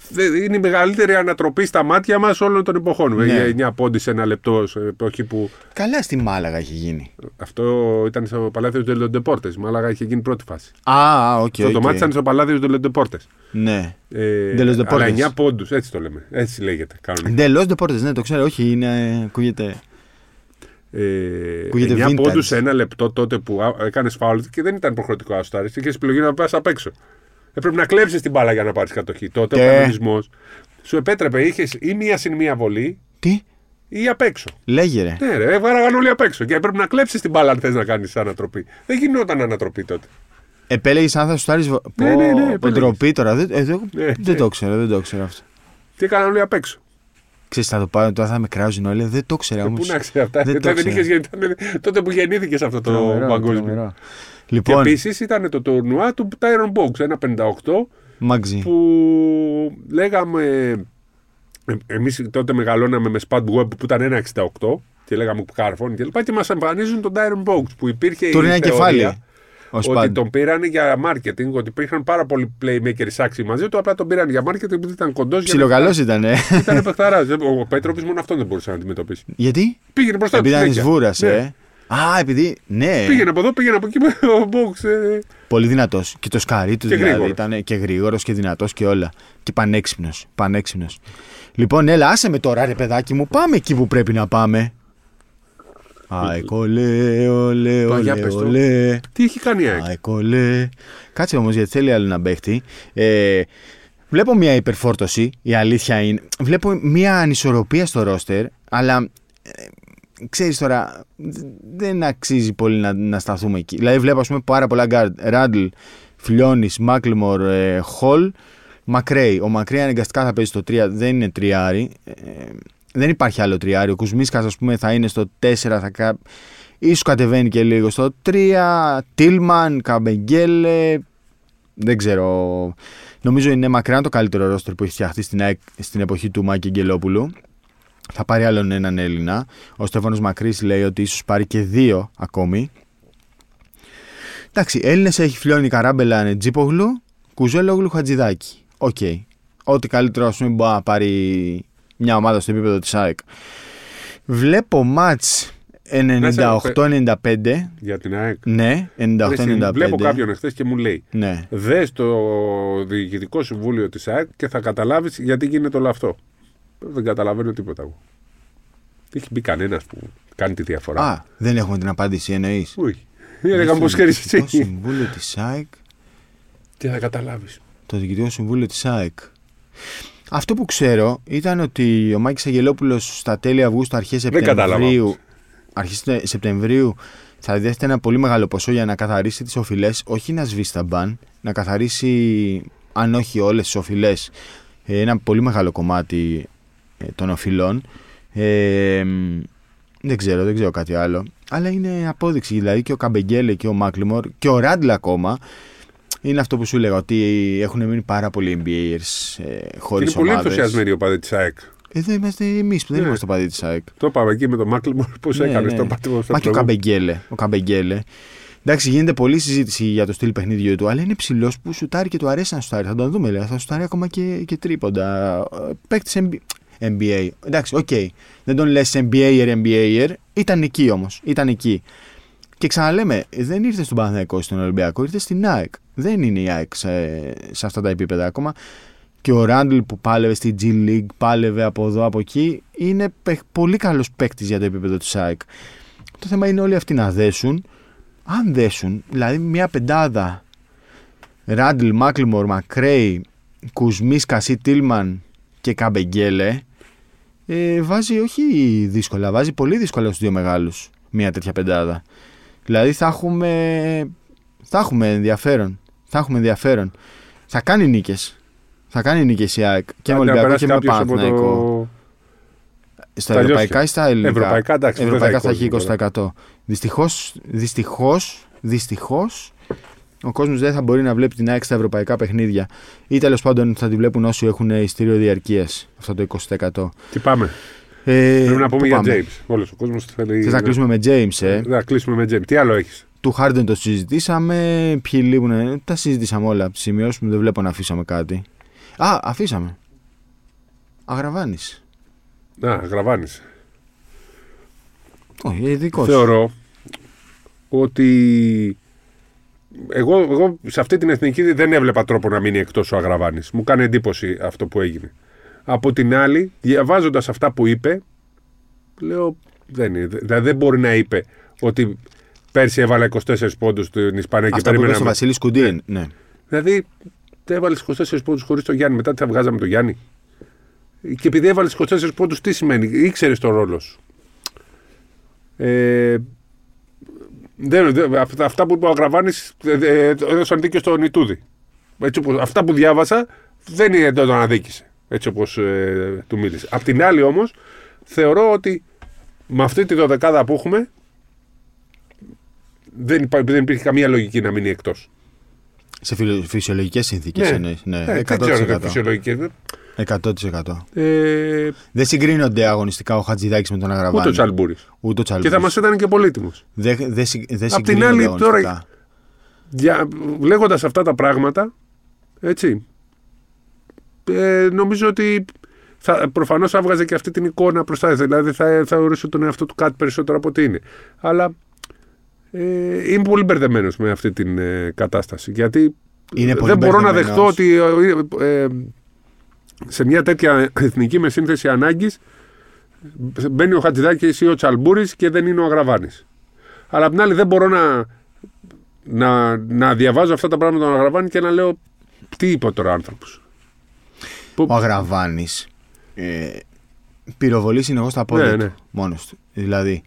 Speaker 2: δε- είναι η μεγαλύτερη ανατροπή στα μάτια μας όλων των εποχών. Ναι. 9 πόντι σε ένα λεπτό σε εποχή που
Speaker 1: Καλά στη Μάλαγα έχει γίνει.
Speaker 2: Ε, αυτό ήταν στο Παλάθιο του Λεντεπόρτε. Μάλαγα είχε γίνει πρώτη φάση.
Speaker 1: Α, οκ.
Speaker 2: Αυτό το
Speaker 1: οκ.
Speaker 2: μάτς ήταν στο Παλάθιο του Λεντεπόρτε.
Speaker 1: Ναι.
Speaker 2: Ε,
Speaker 1: De los Deportes.
Speaker 2: αλλά 9 πόντους, έτσι το λέμε. Έτσι λέγεται. Κανονικά.
Speaker 1: Ντελώ Ντεπόρτε, ναι, το ξέρω. Όχι, είναι. Ακούγεται.
Speaker 2: Ε,
Speaker 1: Ακούγεται
Speaker 2: 9
Speaker 1: vintage.
Speaker 2: πόντους σε ένα λεπτό τότε που έκανες φάουλ και δεν ήταν προχρεωτικό άστο. Είχε επιλογή να πας απ' έξω. Έπρεπε να κλέψεις την μπάλα για να πάρεις κατοχή. Τότε
Speaker 1: Και-
Speaker 2: ο κανονισμός σου επέτρεπε, είχες ή μία συν μία βολή
Speaker 1: Τι,
Speaker 2: ή απ' έξω.
Speaker 1: λέγε ρε.
Speaker 2: Ναι, ρε, έβγαγαν όλοι απ' έξω. Και έπρεπε να κλέψεις την μπάλα αν θες να κάνεις ανατροπή. Δεν γινόταν ανατροπή τότε.
Speaker 1: Επέλεγες αν θα σου τάρει.
Speaker 2: Ναι, ναι, ναι, επέλεγες.
Speaker 1: Ντροπή τώρα. Δεν, ε, δεν-
Speaker 2: Ναι,
Speaker 1: δεν το ξέρω, δεν το ξέρω αυτό.
Speaker 2: Τι έκαναν όλοι απ' έξω.
Speaker 1: Ξέρεις, θα το πάω τώρα, θα με κράζουν όλοι. Δεν το ξέρω
Speaker 2: Ε,
Speaker 1: όμως.
Speaker 2: Πού να ξέρει αυτά.
Speaker 1: Δεν
Speaker 2: Τότε,
Speaker 1: το
Speaker 2: δεν
Speaker 1: ξέρω.
Speaker 2: είχες, γεν- ήταν τότε που γεννήθηκες αυτό το παγκόσμιο. Και
Speaker 1: Λοιπόν,
Speaker 2: επίσης ήταν το τουρνουά του Tyron Box, ένα 58
Speaker 1: Μάγζι.
Speaker 2: που λέγαμε. ε, Εμείς τότε μεγαλώναμε με Spad Web που ήταν 1,68 και λέγαμε Carphone και λοιπά και μας εμφανίζουν τον Tyron Bogs που υπήρχε η
Speaker 1: Του είναι
Speaker 2: θεωρία
Speaker 1: κεφάλι. Ο
Speaker 2: ότι
Speaker 1: Σπάντ.
Speaker 2: τον πήραν για marketing, ότι υπήρχαν πάρα πολλοί playmakers άξιοι μαζί του, απλά τον πήραν για marketing επειδή ήταν κοντός και
Speaker 1: Ψιλοκαλό ήταν, ε.
Speaker 2: ήταν επεκταράς. Δεν- Ο Πέτροπης μόνο αυτόν δεν μπορούσε να αντιμετωπίσει.
Speaker 1: Γιατί?
Speaker 2: Πήγαινε μπροστά του
Speaker 1: Επειδή ήταν ε. τη
Speaker 2: συνέχεια.
Speaker 1: βούρας,
Speaker 2: Ναι.
Speaker 1: ε. Α, επειδή. Ναι.
Speaker 2: Πήγαινε από εδώ, πήγαινε από εκεί, ο Bogs. ε,
Speaker 1: Πολύ δυνατός. Και το σκαρί του
Speaker 2: Και
Speaker 1: δηλαδή
Speaker 2: γρήγορος.
Speaker 1: ήταν και γρήγορος και δυνατός και όλα. Και πανέξυπνος. Πανέξυπνος. Λοιπόν, έλα, άσε με τώρα, ρε παιδάκι μου. Πάμε εκεί που πρέπει να πάμε. Αεκ, ολέ, ολέ,
Speaker 2: Πα, για
Speaker 1: ολέ,
Speaker 2: πες το.
Speaker 1: ολέ.
Speaker 2: Τι έχει κάνει η ΑΕΚ.
Speaker 1: Αεκ, ολέ. Κάτσε όμως γιατί θέλει άλλο να παίχτη. Ε, βλέπω μια υπερφόρτωση, η αλήθεια είναι. Βλέπω μια ανισορροπία στο ρόστερ, αλλά ξέρεις τώρα, δ- δεν αξίζει πολύ να, να σταθούμε εκεί. Δηλαδή, βλέπω ας πούμε, πάρα πολλά γκάρτ. Ράντλ, Φιλιώνης, Μάκλιμορ, ε, Χολ, Μακρέι. Ο Μακρέι αναγκαστικά θα παίζει στο 3, δεν είναι τριάρι. Ε, δεν υπάρχει άλλο τριάρι. Ο Κουσμίσκας, ας πούμε, θα είναι στο 4, θα κα... ίσως κατεβαίνει και λίγο στο 3. Τίλμαν, Καμπεγγέλε. Δεν ξέρω. Νομίζω είναι μακριά το καλύτερο ρόστερ που έχει φτιαχτεί στην, ΑΕΚ στην εποχή του Μάκη Γκελόπουλου. Θα πάρει άλλον έναν Έλληνα. Ο Στέφανος Μακρύς λέει ότι ίσως πάρει και δύο ακόμη. Εντάξει, Έλληνες έχει φλιώνει καράμπελα είναι Τζίπογλου, Κουζέλογλου, Χατζηδάκη. Οκ. Ό,τι καλύτερο ας πούμε μπορεί να πάρει μια ομάδα στο επίπεδο της ΑΕΚ. Βλέπω μάτς
Speaker 2: σε-
Speaker 1: 98-95.
Speaker 2: Για την ΑΕΚ.
Speaker 1: Ναι,
Speaker 2: Ρε, συν-
Speaker 1: 98-95.
Speaker 2: Βλέπω κάποιον εχθές και μου λέει:
Speaker 1: Ναι.
Speaker 2: Δες το διοικητικό συμβούλιο της ΑΕΚ και θα καταλάβεις γιατί γίνεται όλο αυτό. Δεν καταλαβαίνω τίποτα εγώ. Δεν έχει μπει κανένας που κάνει τη διαφορά.
Speaker 1: Α, δεν έχουμε την απάντηση εννοείς.
Speaker 2: Όχι. Έλεγα πώ ξέρει
Speaker 1: Το
Speaker 2: εσύ.
Speaker 1: συμβούλιο της ΑΕΚ
Speaker 2: Και θα καταλάβεις.
Speaker 1: το Διοικητικό Συμβούλιο της ΑΕΚ. Αυτό που ξέρω ήταν ότι ο Μάκης Αγγελόπουλος στα τέλη Αυγούστου, αρχές
Speaker 2: Δεν κατάλαβα.
Speaker 1: Σεπτεμβρίου, αρχές Τε- Σεπτεμβρίου θα δέχεται ένα πολύ μεγάλο ποσό για να καθαρίσει τις οφειλές, όχι να σβήσει τα μπαν, να καθαρίσει αν όχι όλες τις οφειλές, ε, ένα πολύ μεγάλο κομμάτι ε, των οφειλών. Ε, μ, δεν ξέρω, δεν ξέρω κάτι άλλο. Αλλά είναι απόδειξη. Δηλαδή και ο Καμπεγγέλε και ο Μάκλιμορ και ο Ράντλ ακόμα. Είναι αυτό που σου λέγα, ότι έχουν μείνει πάρα πολλοί NBAers ε, χωρίς
Speaker 2: Είναι πολύ ενθουσιασμένοι οι οπαδοί της ΑΕΚ.
Speaker 1: Εδώ είμαστε εμείς που δεν
Speaker 2: Ναι.
Speaker 1: είμαστε το παδί της ΑΕΚ.
Speaker 2: Το είπαμε εκεί με τον Μάκλιμορ πώς
Speaker 1: Ναι,
Speaker 2: έκανε
Speaker 1: ναι.
Speaker 2: το πάτημα στο
Speaker 1: Μα και ο
Speaker 2: προηγούμενο.
Speaker 1: Καμπεγγέλε. Ο Καμπεγγέλε. Εντάξει, γίνεται πολλή συζήτηση για το στυλ παιχνίδιου του, αλλά είναι ψηλός που σουτάρει και του αρέσει να σουτάρει. Θα τον δούμε, λέει. Θα σουτάρει ακόμα και, και τρίποντα. Παίκτης NBA. Εντάξει, οκ. Δεν τον λες NBAer, NBAer. Ήταν εκεί όμως. Ήταν εκεί. Και ξαναλέμε, δεν ήρθε στον Παναθηναϊκό στον Ολυμπιακό, ήρθε στην ΑΕΚ. Δεν είναι η ΑΕΚ σε, σε αυτά τα επίπεδα ακόμα. Και ο Ράντλ που πάλευε στη G League, πάλευε από εδώ, από εκεί, είναι παιχ- πολύ καλός παίκτης για το επίπεδο της ΑΕΚ. Το θέμα είναι όλοι αυτοί να δέσουν. Αν δέσουν, δηλαδή μια πεντάδα Ράντλ, Μάκλιμορ, Μακρέι, Κουσμή, Κασί, Τίλμαν και Καμπεγγέλε, ε, βάζει όχι δύσκολα, βάζει πολύ δύσκολα στους δύο μεγάλους μια τέτοια πεντάδα. Δηλαδή θα έχουμε, θα έχουμε ενδιαφέρον. Θα έχουμε ενδιαφέρον. Θα κάνει νίκες. Θα κάνει νίκες η ΑΕΚ και με
Speaker 2: Άντε να
Speaker 1: Ολυμπιακό
Speaker 2: περάσει
Speaker 1: και με
Speaker 2: κάποιος από το-
Speaker 1: Παναθηναϊκό. Στα
Speaker 2: Τα
Speaker 1: ευρωπαϊκά
Speaker 2: λιώσια.
Speaker 1: ή στα ελληνικά.
Speaker 2: Ευρωπαϊκά, εντάξει, δεν
Speaker 1: Ευρωπαϊκά θα
Speaker 2: θα
Speaker 1: έχει
Speaker 2: έχει
Speaker 1: 20%. Δυστυχώς, δυστυχώς, δυστυχώς, ο κόσμος δεν θα μπορεί να βλέπει την ΑΕΚ στα ευρωπαϊκά παιχνίδια. Ή τέλος πάντων θα τη βλέπουν όσοι έχουν ειστήριο διαρκείας. Αυτό το 20%.
Speaker 2: Τι πάμε.
Speaker 1: Ε,
Speaker 2: Πρέπει να πούμε
Speaker 1: πού
Speaker 2: για
Speaker 1: πάμε?
Speaker 2: James. Όλος ο κόσμος θέλει.
Speaker 1: Θες να κλείσουμε με James, ε.
Speaker 2: Να κλείσουμε με James. Τι άλλο έχεις.
Speaker 1: Του Harden το συζητήσαμε. Ποιοι λείπουν. ε? Τα συζητήσαμε όλα. Σημειώσουμε, δεν βλέπω να αφήσαμε κάτι. Α, αφήσαμε. Αγραβάνει.
Speaker 2: Να, γραβάνει.
Speaker 1: Όχι, ειδικός.
Speaker 2: Θεωρώ ότι εγώ, εγώ σε αυτή την εθνική δεν έβλεπα τρόπο να μείνει εκτός ο Αγραβάνης. Μου κάνει εντύπωση αυτό που έγινε. Από την άλλη, διαβάζοντας αυτά που είπε, λέω δεν, είναι, δε- δεν μπορεί να είπε ότι πέρσι έβαλα 24 πόντους στην Ισπανία και
Speaker 1: Αυτά που είπε
Speaker 2: περίμενα.
Speaker 1: ο Βασίλη Κουντίν. Ναι.
Speaker 2: Δηλαδή, έβαλες 24 πόντους χωρίς τον Γιάννη. Μετά τι θα βγάζαμε τον Γιάννη. Και επειδή έβαλες 24 πόντους, τι σημαίνει, ήξερες τον ρόλο σου. Ε, δεν, δεν- αυτά- αυτά που είπε ο Αγραβάνη έδωσαν δίκιο στον Ιτούδη. Έτσι όπως, αυτά που διάβασα δεν είναι τον αναδίκησε. Έτσι όπως του μίλησε. Απ' την άλλη όμως, θεωρώ ότι με αυτή τη δωδεκάδα που έχουμε δεν, υπά, δεν υπήρχε καμία λογική να μείνει εκτός.
Speaker 1: Σε φυσιολογικές συνθήκες ναι. εννοείς. Ναι,
Speaker 2: Ναι, δεν ξέρω τι
Speaker 1: 100%.
Speaker 2: φυσιολογικέ.
Speaker 1: 100%.
Speaker 2: Ε,
Speaker 1: Δεν συγκρίνονται αγωνιστικά ο Χατζηδάκης με τον Αγραβάνη.
Speaker 2: ούτε ο Τσαλμπούρης.
Speaker 1: Ούτε ο
Speaker 2: Και
Speaker 1: Τσαλμπούς.
Speaker 2: θα μας ήταν και πολύτιμος.
Speaker 1: Δεν δεν συ- δεν
Speaker 2: Απ' την
Speaker 1: συγκρίνονται
Speaker 2: άλλη, τώρα-
Speaker 1: αγωνιστικά.
Speaker 2: Λέγοντας αυτά τα πράγματα, έτσι, ε, νομίζω ότι θα, προφανώς θα βγάζει και αυτή την εικόνα προς τα Δηλαδή θα, θα ορίσω τον εαυτό του κάτι περισσότερο από ό,τι είναι. Αλλά Ε, είμαι πολύ μπερδεμένος με αυτή την ε, κατάσταση. Γιατί
Speaker 1: Είναι πολύ
Speaker 2: δεν μπορώ να
Speaker 1: μπερδεμένος.
Speaker 2: δεχτώ ότι ε, ε, σε μια τέτοια εθνική με σύνθεση ανάγκης μπαίνει ο Χατζηδάκης ή ο Τσαλμπούρης και δεν είναι ο Αγραβάνης. Αλλά απ' την άλλη δεν μπορώ να, να, να διαβάζω αυτά τα πράγματα των Αγραβάνη και να λέω τι είπε τώρα ο άνθρωπος.
Speaker 1: Ο Αγραβάνης ε, πυροβολεί συνεχώ τα πόδια
Speaker 2: Ναι,
Speaker 1: του
Speaker 2: ναι.
Speaker 1: μόνο του. Δηλαδή,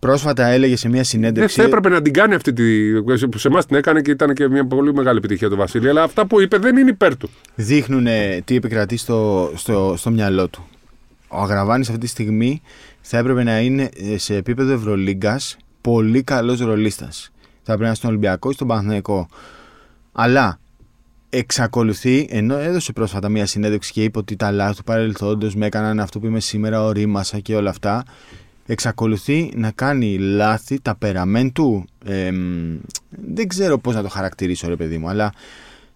Speaker 1: πρόσφατα έλεγε σε μια
Speaker 2: Δεν
Speaker 1: συνέντευξη.
Speaker 2: θα έπρεπε να την κάνει αυτή τη. που σε εμάς την έκανε και ήταν και μια πολύ μεγάλη επιτυχία του Βασίλη. Αλλά αυτά που είπε δεν είναι υπέρ του.
Speaker 1: δείχνουν τι επικρατεί στο, στο, στο μυαλό του. Ο Αγραβάνης αυτή τη στιγμή θα έπρεπε να είναι ε, σε επίπεδο Ευρωλίγκας πολύ καλός ρολίστας. Θα έπρεπε να είναι στον Ολυμπιακό ή στον Παναθηναϊκό. Αλλά εξακολουθεί, ενώ έδωσε πρόσφατα μια συνέντευξη και είπε ότι τα λάθη του παρελθόντος με έκαναν αυτό που είμαι σήμερα, ορίμασα και όλα αυτά, εξακολουθεί να κάνει λάθη, τα περαμέν του. Εμ, δεν ξέρω πώς να το χαρακτηρίσω ρε παιδί μου, αλλά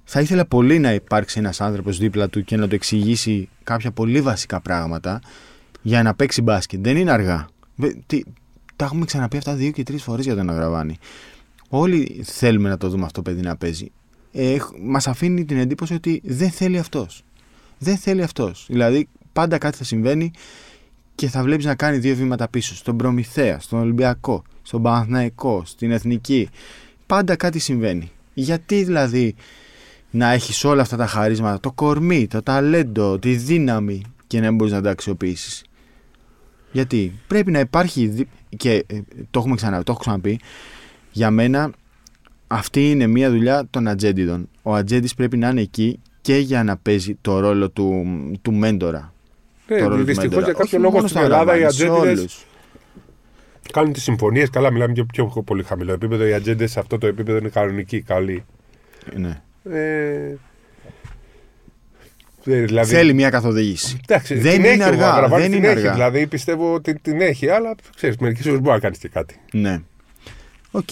Speaker 1: θα ήθελα πολύ να υπάρξει ένας άνθρωπος δίπλα του και να του εξηγήσει κάποια πολύ βασικά πράγματα για να παίξει μπάσκετ. Δεν είναι αργά. Βε- Τι, τα έχουμε ξαναπεί αυτά δύο και τρεις φορές για τον Αγραβάνη. Όλοι θέλουμε να το δούμε αυτό παιδί να παίζει. Ε, έχ- μας αφήνει την εντύπωση ότι δεν θέλει αυτός. Δεν θέλει αυτός. Δηλαδή πάντα κάτι θα συμβαίνει και θα βλέπεις να κάνει δύο βήματα πίσω. Στον Προμηθέα, στον Ολυμπιακό, στον Παναθηναϊκό, στην Εθνική. Πάντα κάτι συμβαίνει. Γιατί δηλαδή να έχεις όλα αυτά τα χαρίσματα, το κορμί, το ταλέντο, τη δύναμη και να μην μπορείς να τα αξιοποιήσεις. Γιατί πρέπει να υπάρχει δι- και ε, το έχουμε ξανα, το έχω ξαναπεί για μένα αυτή είναι μια δουλειά των ατζέντιδων. Ο ατζέντης πρέπει να είναι εκεί και για να παίζει το ρόλο του, του μέντορα. το ρόλο
Speaker 2: Ναι,
Speaker 1: του
Speaker 2: δυστυχώ
Speaker 1: μέντορα.
Speaker 2: για
Speaker 1: Όχι
Speaker 2: κάποιο
Speaker 1: μόνο
Speaker 2: λόγο στην
Speaker 1: στον
Speaker 2: Ελλάδα οι
Speaker 1: Αλαβάνη, σε
Speaker 2: ατζέντιδε
Speaker 1: όλους.
Speaker 2: κάνουν τις συμφωνίες. Καλά, μιλάμε για πιο, πιο πολύ χαμηλό επίπεδο. Οι ατζέντες σε αυτό το επίπεδο είναι κανονικοί, καλοί.
Speaker 1: Ναι.
Speaker 2: Ε, δηλαδή,
Speaker 1: Θέλει μια καθοδήγηση.
Speaker 2: Εντάξει,
Speaker 1: δεν
Speaker 2: την
Speaker 1: είναι
Speaker 2: έχει ο
Speaker 1: αργά,
Speaker 2: Αγραβάνης,
Speaker 1: δεν
Speaker 2: την
Speaker 1: είναι
Speaker 2: έχει,
Speaker 1: αργά.
Speaker 2: Δηλαδή πιστεύω ότι την έχει, αλλά ξέρεις, μερικές φορές μπορεί να κάνεις και κάτι.
Speaker 1: Ναι. Οκ.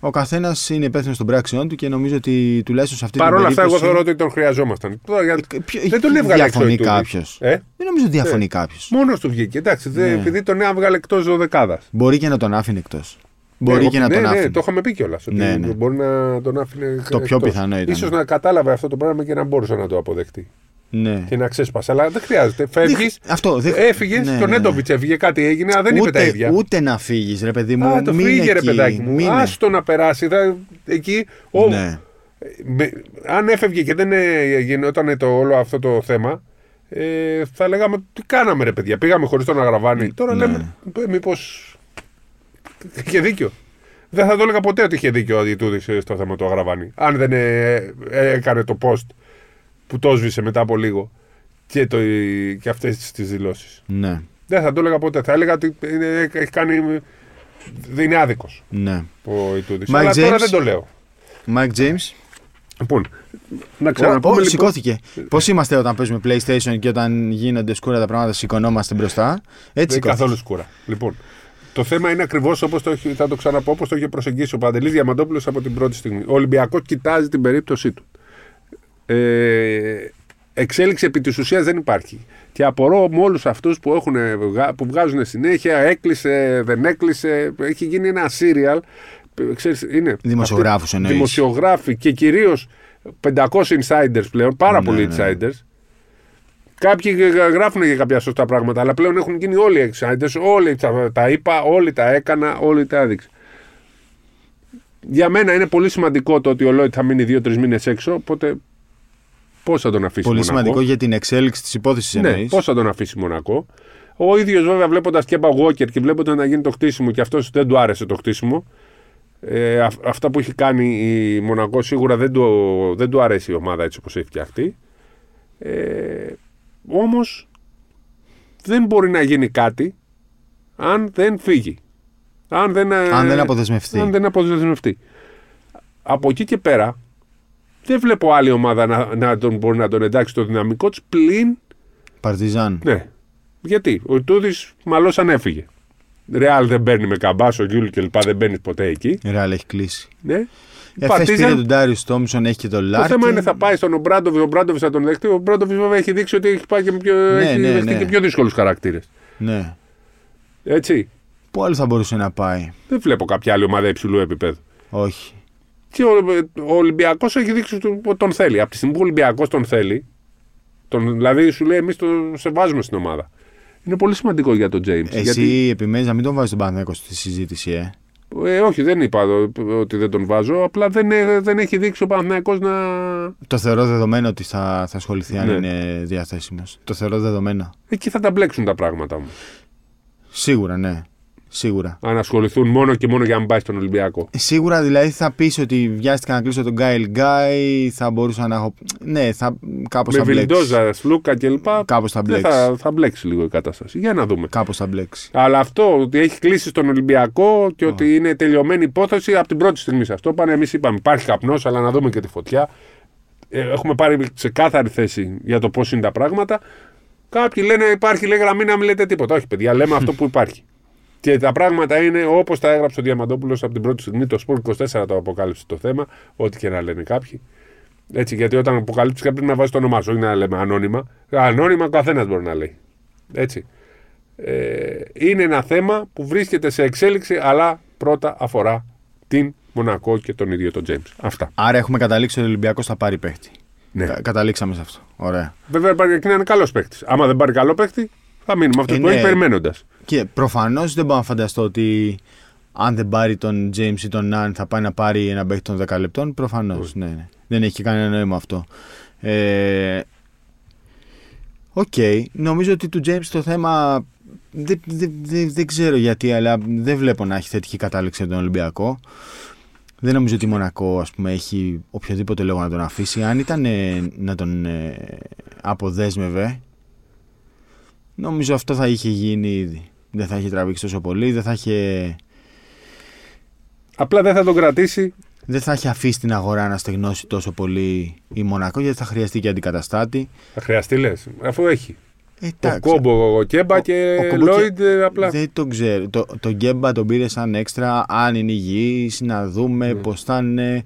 Speaker 1: Ο καθένας είναι υπεύθυνος των πράξεών του και νομίζω ότι τουλάχιστον σε αυτή
Speaker 2: Παρ'
Speaker 1: την
Speaker 2: όλα αυτά, εγώ
Speaker 1: περίπτωση.
Speaker 2: θεωρώ ότι τον χρειαζόμασταν. Τώρα, για-
Speaker 1: Ε, ποιο-
Speaker 2: Δεν τον έβγαλε εκτό.
Speaker 1: Διαφωνεί κάποιος.
Speaker 2: Ε?
Speaker 1: Δεν νομίζω ότι διαφωνεί κάποιος.
Speaker 2: Μόνος του βγήκε. Εντάξει, δε-
Speaker 1: Ναι.
Speaker 2: επειδή τον έβγαλε εκτός δωδεκάδας.
Speaker 1: Μπορεί και να τον άφηνε εκτός. Μπορεί
Speaker 2: Ναι,
Speaker 1: και να
Speaker 2: ναι,
Speaker 1: τον
Speaker 2: ναι,
Speaker 1: άφηνε.
Speaker 2: το είχαμε πει κιόλας. Ότι
Speaker 1: Ναι, ναι.
Speaker 2: μπορεί να τον άφηνε.
Speaker 1: Το πιο πιθανό ήταν.
Speaker 2: σω να κατάλαβε αυτό το πράγμα και να μπορούσε να το αποδεχτεί.
Speaker 1: Ναι.
Speaker 2: Και να ξέσπασε. Αλλά δεν χρειάζεται. Φεύγεις.
Speaker 1: Δείχ- Αυτό. δείχ-
Speaker 2: Έφυγες.
Speaker 1: ναι,
Speaker 2: τον
Speaker 1: ναι, ναι.
Speaker 2: Έντοβιτ έφυγε. Κάτι έγινε. Αλλά δεν είπε τα
Speaker 1: ούτε,
Speaker 2: ίδια.
Speaker 1: ούτε να φύγεις, ρε παιδί μου.
Speaker 2: Α, το
Speaker 1: μείνε
Speaker 2: φύγε ρε
Speaker 1: εκεί,
Speaker 2: παιδάκι μου.
Speaker 1: μείνε.
Speaker 2: Άστο να περάσει. θα- εκεί. Ο,
Speaker 1: Ναι.
Speaker 2: με- αν έφευγε και δεν ε, γινόταν το όλο αυτό το θέμα, ε, θα λέγαμε τι κάναμε ρε παιδιά. Πήγαμε χωρίς τον Αγραβάνη. Τώρα
Speaker 1: ναι.
Speaker 2: λέμε μήπως. Είχε δίκιο. Δεν θα το έλεγα ποτέ ότι είχε δίκιο ο Ιτούδη στο θέμα του Αγραβάνη. Αν δεν ε, ε, έκανε το post που το σβήσε μετά από λίγο και, το, ε, και αυτές τις δηλώσεις.
Speaker 1: Ναι.
Speaker 2: Δεν θα το έλεγα ποτέ. Θα έλεγα ότι είναι, έχει κάνει. Δεν είναι άδικος
Speaker 1: Ναι.
Speaker 2: ο Ιτούδης.
Speaker 1: Mike
Speaker 2: Αλλά τώρα
Speaker 1: James.
Speaker 2: δεν το λέω.
Speaker 1: Mike James.
Speaker 2: Λοιπόν, να
Speaker 1: Ω,
Speaker 2: ξαναπούμε. λοιπόν,
Speaker 1: σηκώθηκε. Πώς είμαστε όταν παίζουμε PlayStation και όταν γίνονται σκούρα τα πράγματα, σηκωνόμαστε μπροστά. Έτσι.
Speaker 2: Δεν είναι
Speaker 1: σηκώθηκε.
Speaker 2: καθόλου σκούρα. Λοιπόν, το θέμα είναι ακριβώς όπως το, έχει- θα το ξαναπώ, όπως το είχε προσεγγίσει ο Παντελής Διαμαντόπουλος από την πρώτη στιγμή. Ο Ολυμπιακός κοιτάζει την περίπτωσή του. Ε, εξέλιξη επί της ουσίας δεν υπάρχει. Και απορώ με όλους αυτούς που, έχουν βγα- που βγάζουν συνέχεια, έκλεισε, δεν έκλεισε. Έχει γίνει ένα σύριαλ. Ξέρεις, είναι
Speaker 1: Δημοσιογράφους
Speaker 2: αυτοί-
Speaker 1: εννοείς.
Speaker 2: Δημοσιογράφοι και κυρίως 500 insiders πλέον, πάρα
Speaker 1: Ναι,
Speaker 2: πολλοί
Speaker 1: ναι.
Speaker 2: insiders. Κάποιοι γ- γράφουν και κάποια σωστά πράγματα, αλλά πλέον έχουν γίνει όλοι οι insiders. Όλοι τα, τα είπα, όλοι τα έκανα, όλοι τα έδειξα. Για μένα είναι πολύ σημαντικό το ότι ο Λόιτ θα μείνει δύο-τρει μήνες έξω, οπότε πώς θα τον αφήσει
Speaker 1: Πολύ
Speaker 2: Μονακό.
Speaker 1: σημαντικό για την εξέλιξη της υπόθεσης
Speaker 2: Ναι,
Speaker 1: εννοείς.
Speaker 2: πώς θα τον αφήσει Μονακό. Ο ίδιος βέβαια βλέποντας και Μπαγκόκερ και βλέποντας να γίνει το χτίσιμο και αυτός δεν του άρεσε το χτίσιμο. Ε, α- αυτά που έχει κάνει η Μονακό σίγουρα δεν του, δεν του αρέσει η ομάδα έτσι όπως έχει φτιαχτεί. Ε, Όμως δεν μπορεί να γίνει κάτι αν δεν φύγει. Αν δεν, ε,
Speaker 1: Αν δεν αποδεσμευτεί.
Speaker 2: Αν δεν αποδεσμευτεί. Από εκεί και πέρα δεν βλέπω άλλη ομάδα να, να τον, μπορεί να τον εντάξει στο δυναμικό της πλην
Speaker 1: Παρτιζάν.
Speaker 2: ναι. Γιατί ο Τούδης μαλώσαν έφυγε. Ρεάλ δεν παίρνει με καμπάσο, Γιούλ και λοιπά δεν μπαίνει ποτέ εκεί.
Speaker 1: Η Ρεάλ έχει κλείσει.
Speaker 2: Ναι.
Speaker 1: Εφέ Ε, πήρε
Speaker 2: Πατίζαν.
Speaker 1: τον Ντάριο Τόμψον, έχει και τον
Speaker 2: Το
Speaker 1: Λάρκιν.
Speaker 2: θέμα είναι θα πάει στον Ομπράντοβι, ο Ομπράντοβις θα τον δεχτεί. Ο Ομπράντοβις βέβαια έχει δείξει ότι έχει πάει και με πιο,
Speaker 1: Ναι,
Speaker 2: έχει
Speaker 1: ναι,
Speaker 2: δεχτεί
Speaker 1: ναι.
Speaker 2: και πιο δύσκολους χαρακτήρες.
Speaker 1: Ναι.
Speaker 2: Έτσι.
Speaker 1: Πού άλλο θα μπορούσε να πάει.
Speaker 2: Δεν βλέπω κάποια άλλη ομάδα υψηλού επίπεδου.
Speaker 1: Όχι.
Speaker 2: Και ο, ο Ολυμπιακός έχει δείξει ότι τον θέλει. Από τη στιγμή που ο Ολυμπιακός τον θέλει, τον, δηλαδή σου λέει εμείς τον σε βάζουμε στην ομάδα. Είναι πολύ σημαντικό για τον Τζέιμ.
Speaker 1: Εσύ
Speaker 2: Γιατί,
Speaker 1: επιμένεις να μην τον βάζεις τον Παναθηναϊκό στη συζήτηση, ε.
Speaker 2: ε, όχι, δεν είπα εδώ ότι δεν τον βάζω. Απλά δεν, ε, δεν έχει δείξει ο Παναθηναϊκός να.
Speaker 1: Το θεωρώ δεδομένο ότι θα, θα ασχοληθεί αν
Speaker 2: Ναι.
Speaker 1: είναι διαθέσιμος. Το θεωρώ δεδομένο.
Speaker 2: Εκεί θα τα μπλέξουν τα πράγματα μου.
Speaker 1: Σίγουρα, ναι. Σίγουρα.
Speaker 2: Αν ασχοληθούν μόνο και μόνο για να πάει στον Ολυμπιακό.
Speaker 1: Σίγουρα δηλαδή θα πεις ότι βιάστηκα να κλείσω τον Γκάιλ Γκάι, θα μπορούσα να έχω. Ναι, θα, κάπως
Speaker 2: Με
Speaker 1: θα μπλέξεις.
Speaker 2: Βιλντόζα, Σλούκα κλπ.
Speaker 1: Κάπως θα
Speaker 2: δεν
Speaker 1: μπλέξεις.
Speaker 2: θα, θα μπλέξει λίγο η κατάσταση. Για να δούμε.
Speaker 1: Κάπως θα μπλέξει.
Speaker 2: Αλλά αυτό ότι έχει κλείσει στον Ολυμπιακό και ότι είναι τελειωμένη υπόθεση από την πρώτη στιγμή σε αυτό. Πάνε, εμείς είπαμε υπάρχει καπνός, αλλά να δούμε και τη φωτιά. Ε, έχουμε πάρει ξεκάθαρη θέση για το πώς είναι τα πράγματα. Κάποιοι λένε υπάρχει λέει, γραμμή να μην λέτε τίποτα. Όχι, παιδιά, λέμε αυτό που υπάρχει. Και τα πράγματα είναι όπως τα έγραψε ο Διαμαντόπουλος από την πρώτη στιγμή. Το Σπορ 24 το αποκάλυψε το θέμα, ό,τι και να λένε κάποιοι. Έτσι, γιατί όταν αποκαλύψει κάτι πρέπει να βάζει το όνομά σου, όχι να λέμε ανώνυμα. Ανώνυμα ο καθένας μπορεί να λέει. Έτσι. Ε, είναι ένα θέμα που βρίσκεται σε εξέλιξη, αλλά πρώτα αφορά την Μονακό και τον ίδιο τον Τζέιμ. Αυτά.
Speaker 1: Άρα έχουμε καταλήξει ότι ο Ολυμπιακός θα πάρει παίχτη.
Speaker 2: Ναι.
Speaker 1: Κα- καταλήξαμε σε αυτό. Ωραία.
Speaker 2: Βέβαια υπάρχει και έναν καλός παίκτη. Άμα δεν πάρει καλό παίκτη, θα μείνουμε αυτό
Speaker 1: Ε,
Speaker 2: που
Speaker 1: ναι.
Speaker 2: έχει περιμένοντας.
Speaker 1: Και προφανώς δεν μπορώ να φανταστώ ότι αν δεν πάρει τον James ή τον Ναν θα πάει να πάρει ένα παίχτη των 10 λεπτών. Προφανώς. Ναι, ναι. Δεν έχει κανένα νόημα αυτό. Ε, Οκ. Νομίζω ότι του James το θέμα. Δεν, δεν, δεν, δεν ξέρω γιατί, αλλά δεν βλέπω να έχει θετική κατάληξη από τον Ολυμπιακό. Δεν νομίζω ότι η Μονακό ας πούμε, έχει οποιοδήποτε λόγο να τον αφήσει. Αν ήταν ε, να τον ε, αποδέσμευε, νομίζω αυτό θα είχε γίνει ήδη. Δεν θα είχε τραβήξει τόσο πολύ, δεν θα είχε,
Speaker 2: Απλά δεν θα τον κρατήσει.
Speaker 1: δεν θα είχε αφήσει την αγορά να στεγνώσει τόσο πολύ η Μονακό γιατί θα χρειαστεί και αντικαταστάτη.
Speaker 2: Θα χρειαστεί λες, αφού έχει. Ο
Speaker 1: Εντάξει,
Speaker 2: Κόμπο, ο Κέμπα
Speaker 1: Ο-
Speaker 2: και
Speaker 1: ο
Speaker 2: ο
Speaker 1: Κόμπο
Speaker 2: Λόιντ ε, απλά.
Speaker 1: Δεν το ξέρω. Το, το Γκέμπα τον πήρε σαν έξτρα. Αν είναι υγιής, να δούμε
Speaker 2: Ναι.
Speaker 1: πώς θα είναι,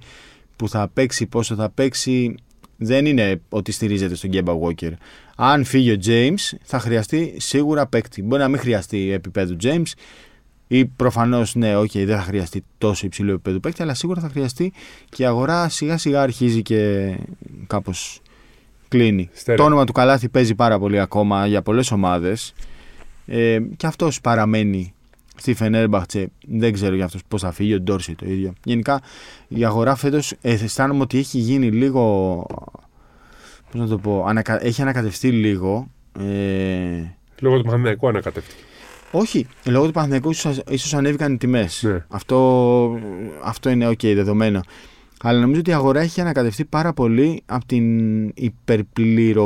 Speaker 1: που θα παίξει, πόσο θα παίξει. Δεν είναι ότι στηρίζεται στον Γκέμπα Walker. Αν φύγει ο James, θα χρειαστεί σίγουρα παίκτη. Μπορεί να μην χρειαστεί επίπεδου James ή προφανώς ναι, οκ, δεν θα χρειαστεί τόσο υψηλό επίπεδο παίκτη, αλλά σίγουρα θα χρειαστεί και η αγορά σιγά σιγά αρχίζει και κάπως κλείνει.
Speaker 2: Στέρεο.
Speaker 1: Το όνομα του Καλάθι παίζει πάρα πολύ ακόμα για πολλές ομάδες. Ε, και αυτός παραμένει στη Φενέρμπαχτσε. Δεν ξέρω για αυτός πώς θα φύγει, ο Ντόρση το ίδιο. Γενικά η αγορά φέτος αισθάνομαι ότι έχει γίνει λίγο. Πώς να το πω, ανακα- έχει ανακατευτεί λίγο. Ε,
Speaker 2: Λόγω του Παναθηναϊκού ανακατεύτηκε.
Speaker 1: όχι, λόγω του Παναθηναϊκού ίσως, ίσως ανέβηκαν οι τιμές.
Speaker 2: Ναι.
Speaker 1: Αυτό, αυτό είναι οκ, δεδομένο. Αλλά νομίζω ότι η αγορά έχει ανακατευτεί πάρα πολύ από την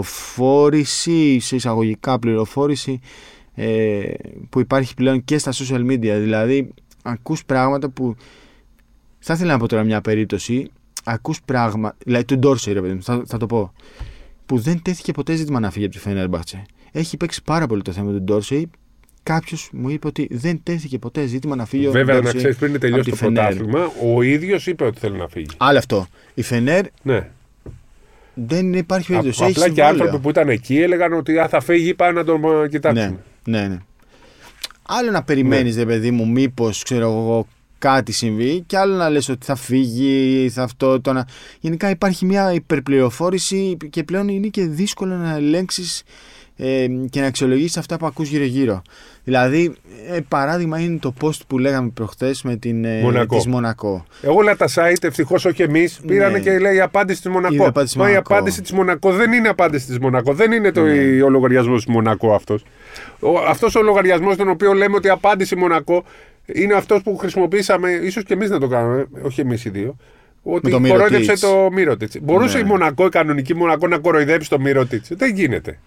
Speaker 1: υπερπληροφόρηση, σε εισαγωγικά πληροφόρηση, ε, που υπάρχει πλέον και στα social media. Δηλαδή, ακούς πράγματα που... Θα ήθελα να πω τώρα μια περίπτωση. Ακούς πράγματα... Δηλαδή, του Ντόρσεϊ, ρε παιδί μου, θα, θα το πω που δεν τέθηκε ποτέ ζήτημα να φύγει από τη Φενέρμπαχτσε. Έχει παίξει πάρα πολύ το θέμα του Ντόρσεϊ. Κάποιος μου είπε ότι δεν τέθηκε ποτέ ζήτημα να φύγει ο
Speaker 2: Βέβαια, να
Speaker 1: Ντόρσεϊ
Speaker 2: ξέρεις πριν τελειώσει το
Speaker 1: από τη Φενέρ.
Speaker 2: πρωτάθλημα, ο ίδιος είπε ότι θέλει να φύγει.
Speaker 1: Άλλο αυτό. Η Φενέρ
Speaker 2: Ναι.
Speaker 1: δεν υπάρχει
Speaker 2: Α-
Speaker 1: περίπτωση. Έχει
Speaker 2: απλά και
Speaker 1: συμβόλαιο.
Speaker 2: άνθρωποι που ήταν εκεί έλεγαν ότι α, θα φύγει, πάνε να τον ε,
Speaker 1: Ναι,
Speaker 2: κοιτάξουν.
Speaker 1: ναι, ναι. Άλλο να περιμένεις, ρε παιδί μου, μήπως ξέρω εγώ κάτι συμβεί, και άλλο να λες ότι θα φύγει, θα αυτό, το να. Γενικά υπάρχει μια υπερπληροφόρηση και πλέον είναι και δύσκολο να ελέγξεις ε, και να αξιολογήσεις αυτά που ακούς γύρω-γύρω. Δηλαδή, ε, παράδειγμα είναι το post που λέγαμε προχθές με την ε,
Speaker 2: Μονακό.
Speaker 1: της Μονακό.
Speaker 2: Εγώ όλα τα site, ευτυχώς όχι εμείς, πήρανε
Speaker 1: Ναι.
Speaker 2: και λέει η απάντηση της Μονακό.
Speaker 1: Είδα απάντηση
Speaker 2: Μα η
Speaker 1: Μονακό. Ναι.
Speaker 2: απάντηση της Μονακό δεν είναι απάντηση της Μονακό. Δεν είναι το, ο λογαριασμός της Μονακό αυτός. Αυτός ο λογαριασμός, τον οποίο λέμε ότι η απάντηση Μονακό είναι αυτός που χρησιμοποίησαμε, ίσως και εμείς να το κάναμε, όχι εμείς οι δύο. Ότι
Speaker 1: το Mirotic.
Speaker 2: κορόιδεψε το Μύρωτιτ. Μπορούσε
Speaker 1: Ναι.
Speaker 2: η Μονακό, η κανονική Μονακό, να κοροϊδέψει το Μύρωτιτ. Δεν γίνεται.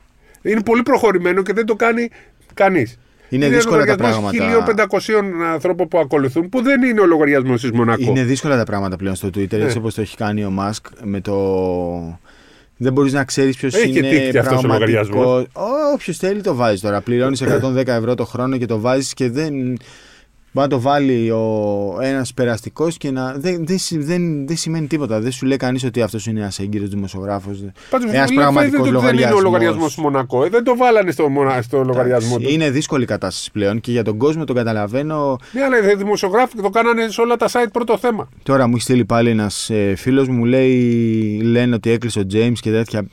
Speaker 2: Είναι πολύ προχωρημένο και δεν το κάνει κανείς.
Speaker 1: Είναι δύσκολα τα πράγματα.
Speaker 2: 1500 ανθρώπων που ακολουθούν, που δεν είναι ο λογαριασμός της Μονακό.
Speaker 1: Είναι δύσκολα τα πράγματα πλέον στο Twitter,
Speaker 2: Ε.
Speaker 1: έτσι όπως το έχει κάνει ο Μάσκ με το. Δεν μπορείς να ξέρεις ποιος
Speaker 2: Έχει
Speaker 1: είναι.
Speaker 2: τύχει Ε, αυτός ο
Speaker 1: πραγματικός.
Speaker 2: λογαριασμός. Ε.
Speaker 1: Όποιος θέλει το βάζεις τώρα. Πληρώνεις 110 ευρώ το χρόνο και το βάζεις και δεν. Μπορεί να το βάλει ο... ένας περαστικός και να. Δεν, δεν, συ- δεν, δεν σημαίνει τίποτα. Δεν σου λέει κανείς ότι αυτός είναι ένας έγκυρος δημοσιογράφος.
Speaker 2: Πάντως
Speaker 1: Ένας πραγματικός
Speaker 2: Δεν είναι ο
Speaker 1: λογαριασμός.
Speaker 2: λογαριασμός του Μονακό. Ε, δεν το βάλανε στο, μονα- στο λογαριασμό του.
Speaker 1: Είναι δύσκολη η κατάσταση πλέον και για τον κόσμο τον καταλαβαίνω.
Speaker 2: Ναι, αλλά οι δημοσιογράφοι το κάνανε σε όλα τα site πρώτο θέμα.
Speaker 1: Τώρα μου έχει στείλει πάλι ένας ε, φίλος μου, μου λέει λένε ότι έκλεισε ο James και τέτοια.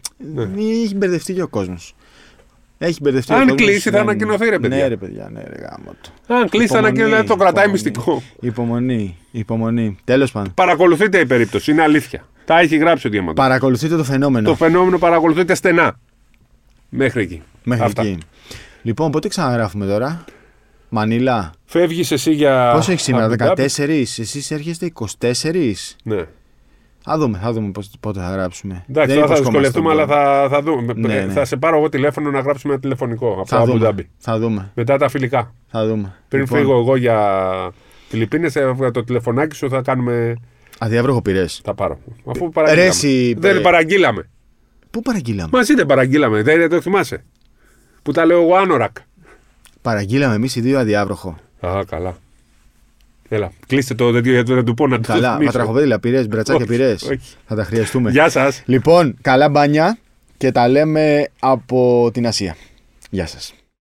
Speaker 1: Έχει μπερδευτεί και ο κόσμος. Έχει μπερδευτεί
Speaker 2: Ναι. Αν
Speaker 1: ο κόσμος.
Speaker 2: κλείσει, θα
Speaker 1: Ναι,
Speaker 2: ανακοινωθεί, ρε παιδιά.
Speaker 1: Ναι, ρε παιδιά, ναι, ρε γάμο του.
Speaker 2: Αν κλείσει, θα
Speaker 1: Υπομονή,
Speaker 2: ανακοινωθεί, το κρατάει
Speaker 1: υπομονή.
Speaker 2: μυστικό.
Speaker 1: Υπομονή, υπομονή. Τέλος πάντων.
Speaker 2: Παρακολουθείτε η περίπτωση. Είναι αλήθεια. Τα έχει γράψει ο Διαμαντός.
Speaker 1: Παρακολουθείτε το φαινόμενο.
Speaker 2: Το φαινόμενο παρακολουθείτε στενά. Μέχρι εκεί.
Speaker 1: Μέχρι
Speaker 2: Αυτά.
Speaker 1: εκεί. Λοιπόν, πότε ξαναγράφουμε τώρα. Μανιλά.
Speaker 2: Φεύγεις εσύ για.
Speaker 1: Πόσο έχεις σήμερα,
Speaker 2: Abu Dhabi.
Speaker 1: 14. Εσείς έρχεστε 24.
Speaker 2: Ναι.
Speaker 1: Θα δούμε, θα δούμε πώς- πότε θα γράψουμε.
Speaker 2: Εντάξει,
Speaker 1: Δεν
Speaker 2: τώρα θα
Speaker 1: υποσχόμαστε
Speaker 2: δυσκολευτούμε,
Speaker 1: πολύ.
Speaker 2: αλλά θα, θα δούμε.
Speaker 1: Ναι,
Speaker 2: Ε,
Speaker 1: ναι.
Speaker 2: Θα σε πάρω εγώ τηλέφωνο να γράψουμε ένα τηλεφωνικό από
Speaker 1: Θα
Speaker 2: το Abu
Speaker 1: δούμε.
Speaker 2: Dhabi.
Speaker 1: θα δούμε.
Speaker 2: Μετά τα φιλικά.
Speaker 1: Θα δούμε.
Speaker 2: Πριν
Speaker 1: Λοιπόν,
Speaker 2: φύγω εγώ για Φιλιππίνες, έβγα το τηλεφωνάκι σου, θα κάνουμε.
Speaker 1: Αδιάβροχο πυρέ.
Speaker 2: Θα πάρω.
Speaker 1: Ε,
Speaker 2: Αφού παραγγείλαμε.
Speaker 1: Ρέση,
Speaker 2: δεν
Speaker 1: ε,
Speaker 2: παραγγείλαμε.
Speaker 1: Πού παραγγείλαμε.
Speaker 2: Μαζί δεν παραγγείλαμε. Δεν το θυμάσαι. Που τα λέω εγώ άνορακ.
Speaker 1: Παραγγείλαμε εμείς οι δύο αδιάβροχο.
Speaker 2: Α, καλά. Έλα, κλείστε το τέτοιο γιατί δεν του πω να το
Speaker 1: Καλά,
Speaker 2: θυμίσω.
Speaker 1: πατραχοπέδιλα πυρέ, μπρατσάκια
Speaker 2: Όχι,
Speaker 1: πυρέ.
Speaker 2: όχι.
Speaker 1: Θα τα χρειαστούμε.
Speaker 2: Γεια σας.
Speaker 1: Λοιπόν, καλά μπάνια και τα λέμε από την Ασία. Γεια σας.